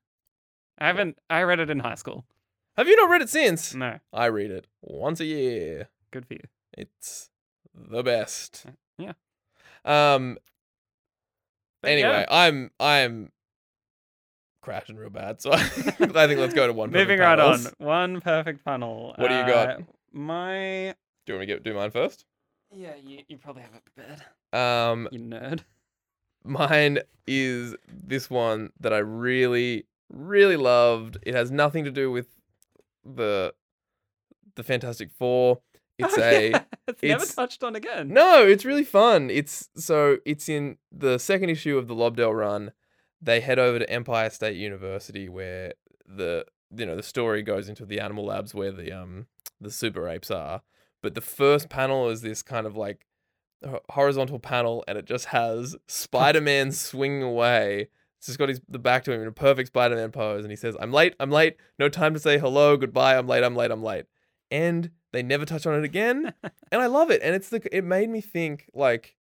A: I haven't. I read it in high school.
B: have you not read it since?
A: No,
B: I read it once a year.
A: good for you.
B: It's the best.
A: Yeah.
B: Um.
A: But
B: anyway,
A: yeah,
B: I'm, I'm crashing real bad. So (laughs) (laughs) I think let's go to one.
A: (laughs)
B: perfect
A: moving right
B: panels.
A: on. One perfect funnel.
B: What do you got?
A: Uh, My
B: Do you want me to get, do mine first?
A: yeah, you, you probably have it prepared.
B: Um,
A: You nerd.
B: mine is this one that I really, really loved. It has nothing to do with the the Fantastic Four.
A: (laughs)
B: It's
A: Oh,
B: a
A: yeah, It's, never
B: it's-
A: touched on again.
B: no. It's really fun. It's so it's in the second issue of the Lobdell run. They head over to Empire State University where the you know the story goes into the animal labs where the um the super apes are. But the first panel is this kind of like h- horizontal panel, and it just has Spider Man swinging away. It's just got his the back to him in a perfect Spider Man pose, and he says, "I'm late. I'm late. No time to say hello, goodbye. I'm late. I'm late. I'm late." And they never touch on it again, and I love it. And it's the it made me think like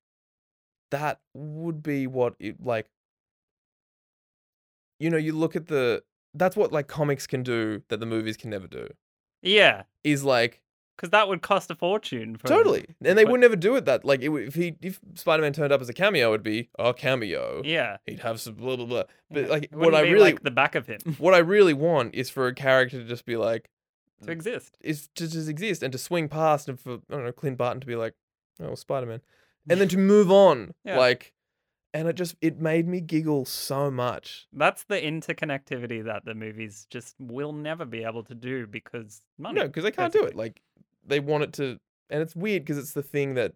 B: that would be what it like. You know, you look at the that's what like comics can do that the movies can never do
A: Yeah,
B: is like
A: because that would cost a fortune. For
B: totally and they
A: but-
B: would never do it that like it, would- if he if spider-man turned up as a cameo it'd be oh cameo
A: Yeah.
B: he'd have some blah blah blah but
A: yeah.
B: like
A: It
B: what
A: wouldn't
B: i
A: be,
B: really
A: like the back of
B: (laughs)
A: him
B: what i really want is for a character to just be like
A: to exist.
B: is to just exist and to swing past and for i don't know clint barton to be like oh spider-man and then to move on
A: Yeah.
B: like and it just it made me giggle so much
A: That's the interconnectivity that the movies just will never be able to do because money.
B: No, because they can't do it.
A: basically.
B: Like they want it to, and it's weird because it's the thing that,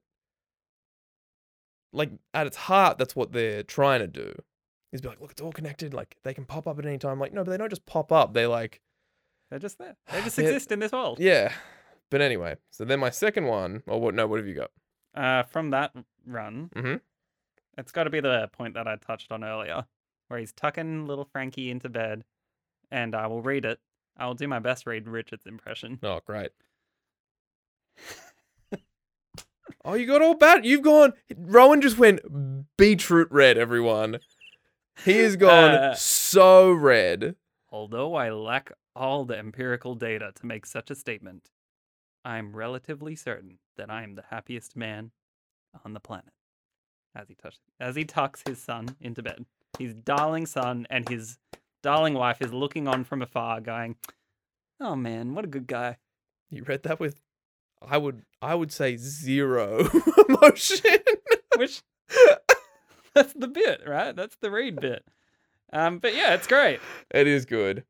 B: like at its heart, that's what they're trying to do, is be like, look, it's all connected. Like they can pop up at any time. Like no, but they don't just pop up. They like
A: They're just there. They
B: (sighs)
A: just
B: They're-
A: exist in this world.
B: yeah. But anyway, so then my second one, or what? No, what have you got?
A: Uh, from that run,
B: Mhm.
A: it's got to be the point that I touched on earlier, where he's tucking little Frankie into bed, and I will read it. I will do my best read Richard's impression.
B: Oh, great. oh, you got all bad. You've gone. Rowan just went beetroot red. Everyone, he has gone
A: Uh,
B: so red.
A: Although I lack all the empirical data to make such a statement, I am relatively certain that I am the happiest man on the planet. As he touched, as he tucks his son into bed, his darling son and his darling wife is looking on from afar, going, "Oh man, what a good guy." (laughs)
B: You read that with I would I would say zero (laughs) emotion.
A: which that's the bit, right? That's the
B: (laughs)
A: read bit. Um, but yeah, it's great.
B: it is good.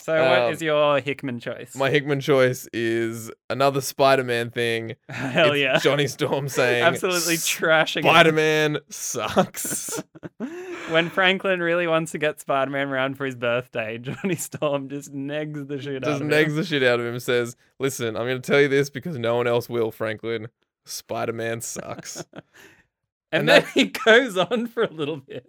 A: So, what
B: Um,
A: is your Hickman choice?
B: My Hickman choice is another Spider-Man thing.
A: (laughs) Hell
B: It's
A: yeah, (laughs)
B: Johnny Storm saying
A: absolutely trashing it.
B: Spider-Man sucks.
A: when Franklin really wants to get Spider Man round for his birthday, (laughs) Johnny Storm just negs the shit out
B: Just
A: of him.
B: nags the shit out of him and says, Listen, I'm going to tell you this because no one else will, Franklin. Spider
A: (laughs)
B: Man sucks.
A: And,
B: and
A: then
B: that-
A: he goes on for a little bit.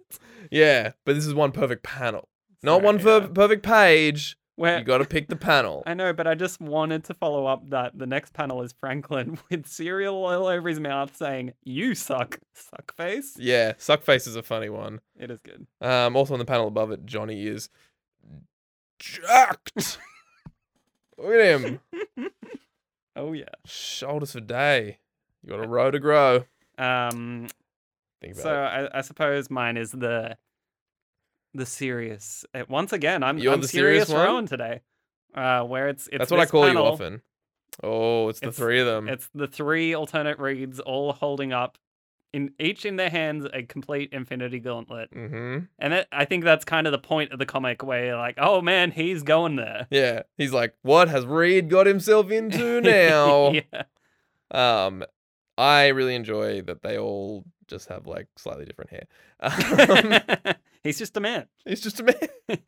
B: yeah, but this is one perfect panel. Not
A: So,
B: one per-
A: yeah.
B: perfect page.
A: Where
B: You got to pick the panel.
A: (laughs) I know, but I just wanted to follow up that the next panel is Franklin (laughs) with cereal all over his mouth saying, You suck, suck face.
B: Yeah, Suckface is a funny one.
A: It is good.
B: Um, also on the panel above it, Johnny is jacked.
A: (laughs)
B: Look at him.
A: Oh yeah.
B: Shoulders for day. You got a row to grow.
A: Um
B: Think about
A: so I, I suppose mine is the the serious uh, once again, I'm,
B: You're
A: I'm
B: the serious
A: serious,
B: one?
A: Rowan today. Uh where it's it's
B: it. That's what I
A: this
B: call
A: panel,
B: you often. Oh, it's the
A: It's-
B: three of them.
A: It's the three alternate reads all holding up in each in their hands a complete infinity gauntlet.
B: mm-hmm.
A: And that, I think that's kind of the point of the comic where you're like, oh man, he's going there.
B: Yeah, he's like, "What has Reed got
A: (laughs)
B: himself into now?" (laughs)
A: yeah.
B: Um, I really enjoy that they all just have like slightly different hair.
A: (laughs)
B: (laughs) Um,
A: he's just a man.
B: it's just a man,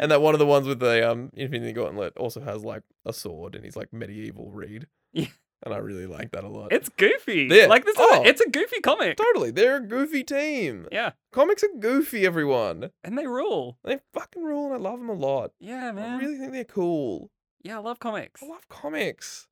B: and that one of the ones with the um Infinity Gauntlet also has like a sword, and he's like medieval Reed.
A: Yeah.
B: and I really like that a lot.
A: It's goofy.
B: Yeah.
A: Like this
B: Oh.
A: it's a goofy comic.
B: totally they're a goofy team.
A: Yeah.
B: Comics are goofy, everyone.
A: And they rule.
B: They fucking rule, and I love them a lot.
A: Yeah,
B: I
A: man.
B: Oh, really Oh, think they're cool.
A: Yeah, I love comics.
B: I love comics.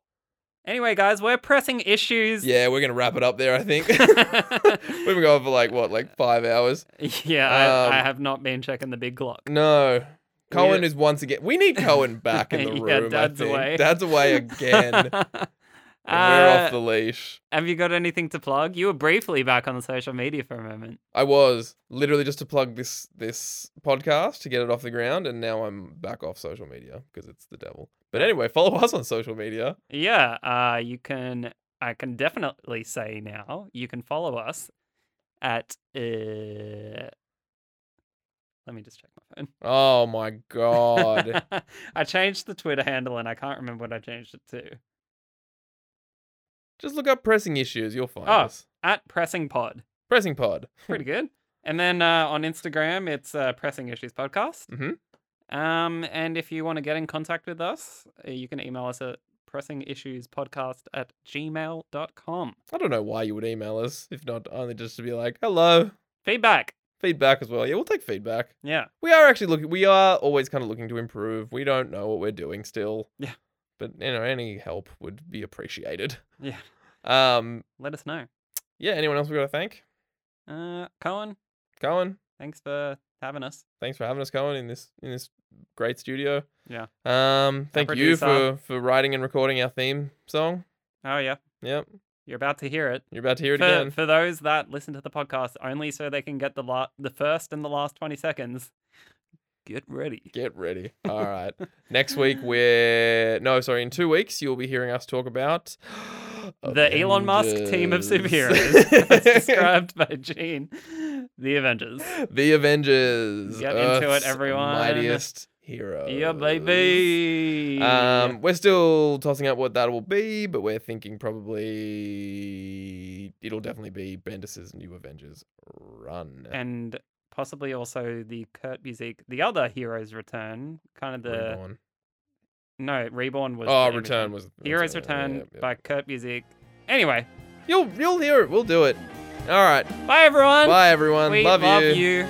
A: Anyway, guys, we're pressing issues. (laughs)
B: Yeah, (laughs) we're gonna wrap it up there. I think. We've been going for like what, like five hours?
A: yeah, I, I
B: Um,
A: have not been checking the big clock.
B: No. Cohen
A: Yeah.
B: is once again. We
A: (laughs)
B: need Cohen back in the room.
A: Yeah,
B: I
A: Dad's
B: think.
A: away.
B: Dad's
A: (laughs)
B: away again. and we're
A: Uh,
B: off the leash.
A: Have you got anything to plug? You were briefly back on the social media for a moment.
B: I was literally just to plug this this podcast to get it off the ground, and now I'm back off social media because it's the devil. But anyway, follow us on social media.
A: Yeah, uh, you can. I can definitely say now you can follow us at. Uh, let me just check my phone.
B: Oh my god.
A: (laughs) I changed the Twitter handle and I can't remember what I changed it to.
B: just look up pressing issues. You'll find
A: Oh.
B: us.
A: At Pressing Pod.
B: Pressing pod.
A: Pretty good. And then uh, on Instagram, it's uh, Pressing Issues Podcast.
B: Mhm.
A: Um, and if you want to get in contact with us, uh, you can email us at pressingissuespodcast at gmail.com.
B: I don't know why you would email us, if not only just to be like, hello,
A: Feedback.
B: feedback as well. Yeah, we'll take feedback.
A: Yeah.
B: We are actually looking. We are always kind of looking to improve. We don't know what we're doing still.
A: Yeah.
B: But you know, any help would be appreciated.
A: Yeah.
B: Um.
A: Let us know.
B: Yeah. Anyone else we got to thank?
A: Uh, Cohen,
B: Cohen.
A: thanks for having us.
B: Thanks for having us, Cohen, in this in this great studio.
A: Yeah.
B: Um. Thank you
A: producer.
B: for for writing and recording our theme song.
A: Oh, yeah.
B: Yep.
A: You're about to hear it.
B: You're about to hear it
A: for,
B: again.
A: for those that listen to the podcast only so they can get the la- the first and the last 20 seconds, get ready.
B: Get
A: (laughs)
B: ready. All right. Next week we're no, sorry, in two weeks you'll be hearing us talk about (gasps)
A: The Elon Musk team of
B: Avengers. (laughs)
A: superheroes, as described by Gene, the Avengers.
B: The Avengers.
A: Get into it,
B: Earth's
A: everyone.
B: Mightiest hero.
A: Yeah, baby.
B: Oh, Um, we're still tossing out what that will be, but we're thinking probably it'll definitely be Bendis's new Avengers run.
A: and possibly also the Kurt Busiek, the other hero's return, kind of the
B: Reborn.
A: no reborn was.
B: oh,
A: the
B: return
A: original.
B: was
A: hero's
B: yeah,
A: return
B: yeah, yeah.
A: by Kurt Busiek. Anyway,
B: You'll you'll hear it. We'll do it. All right.
A: bye everyone.
B: Bye everyone.
A: We
B: love,
A: you.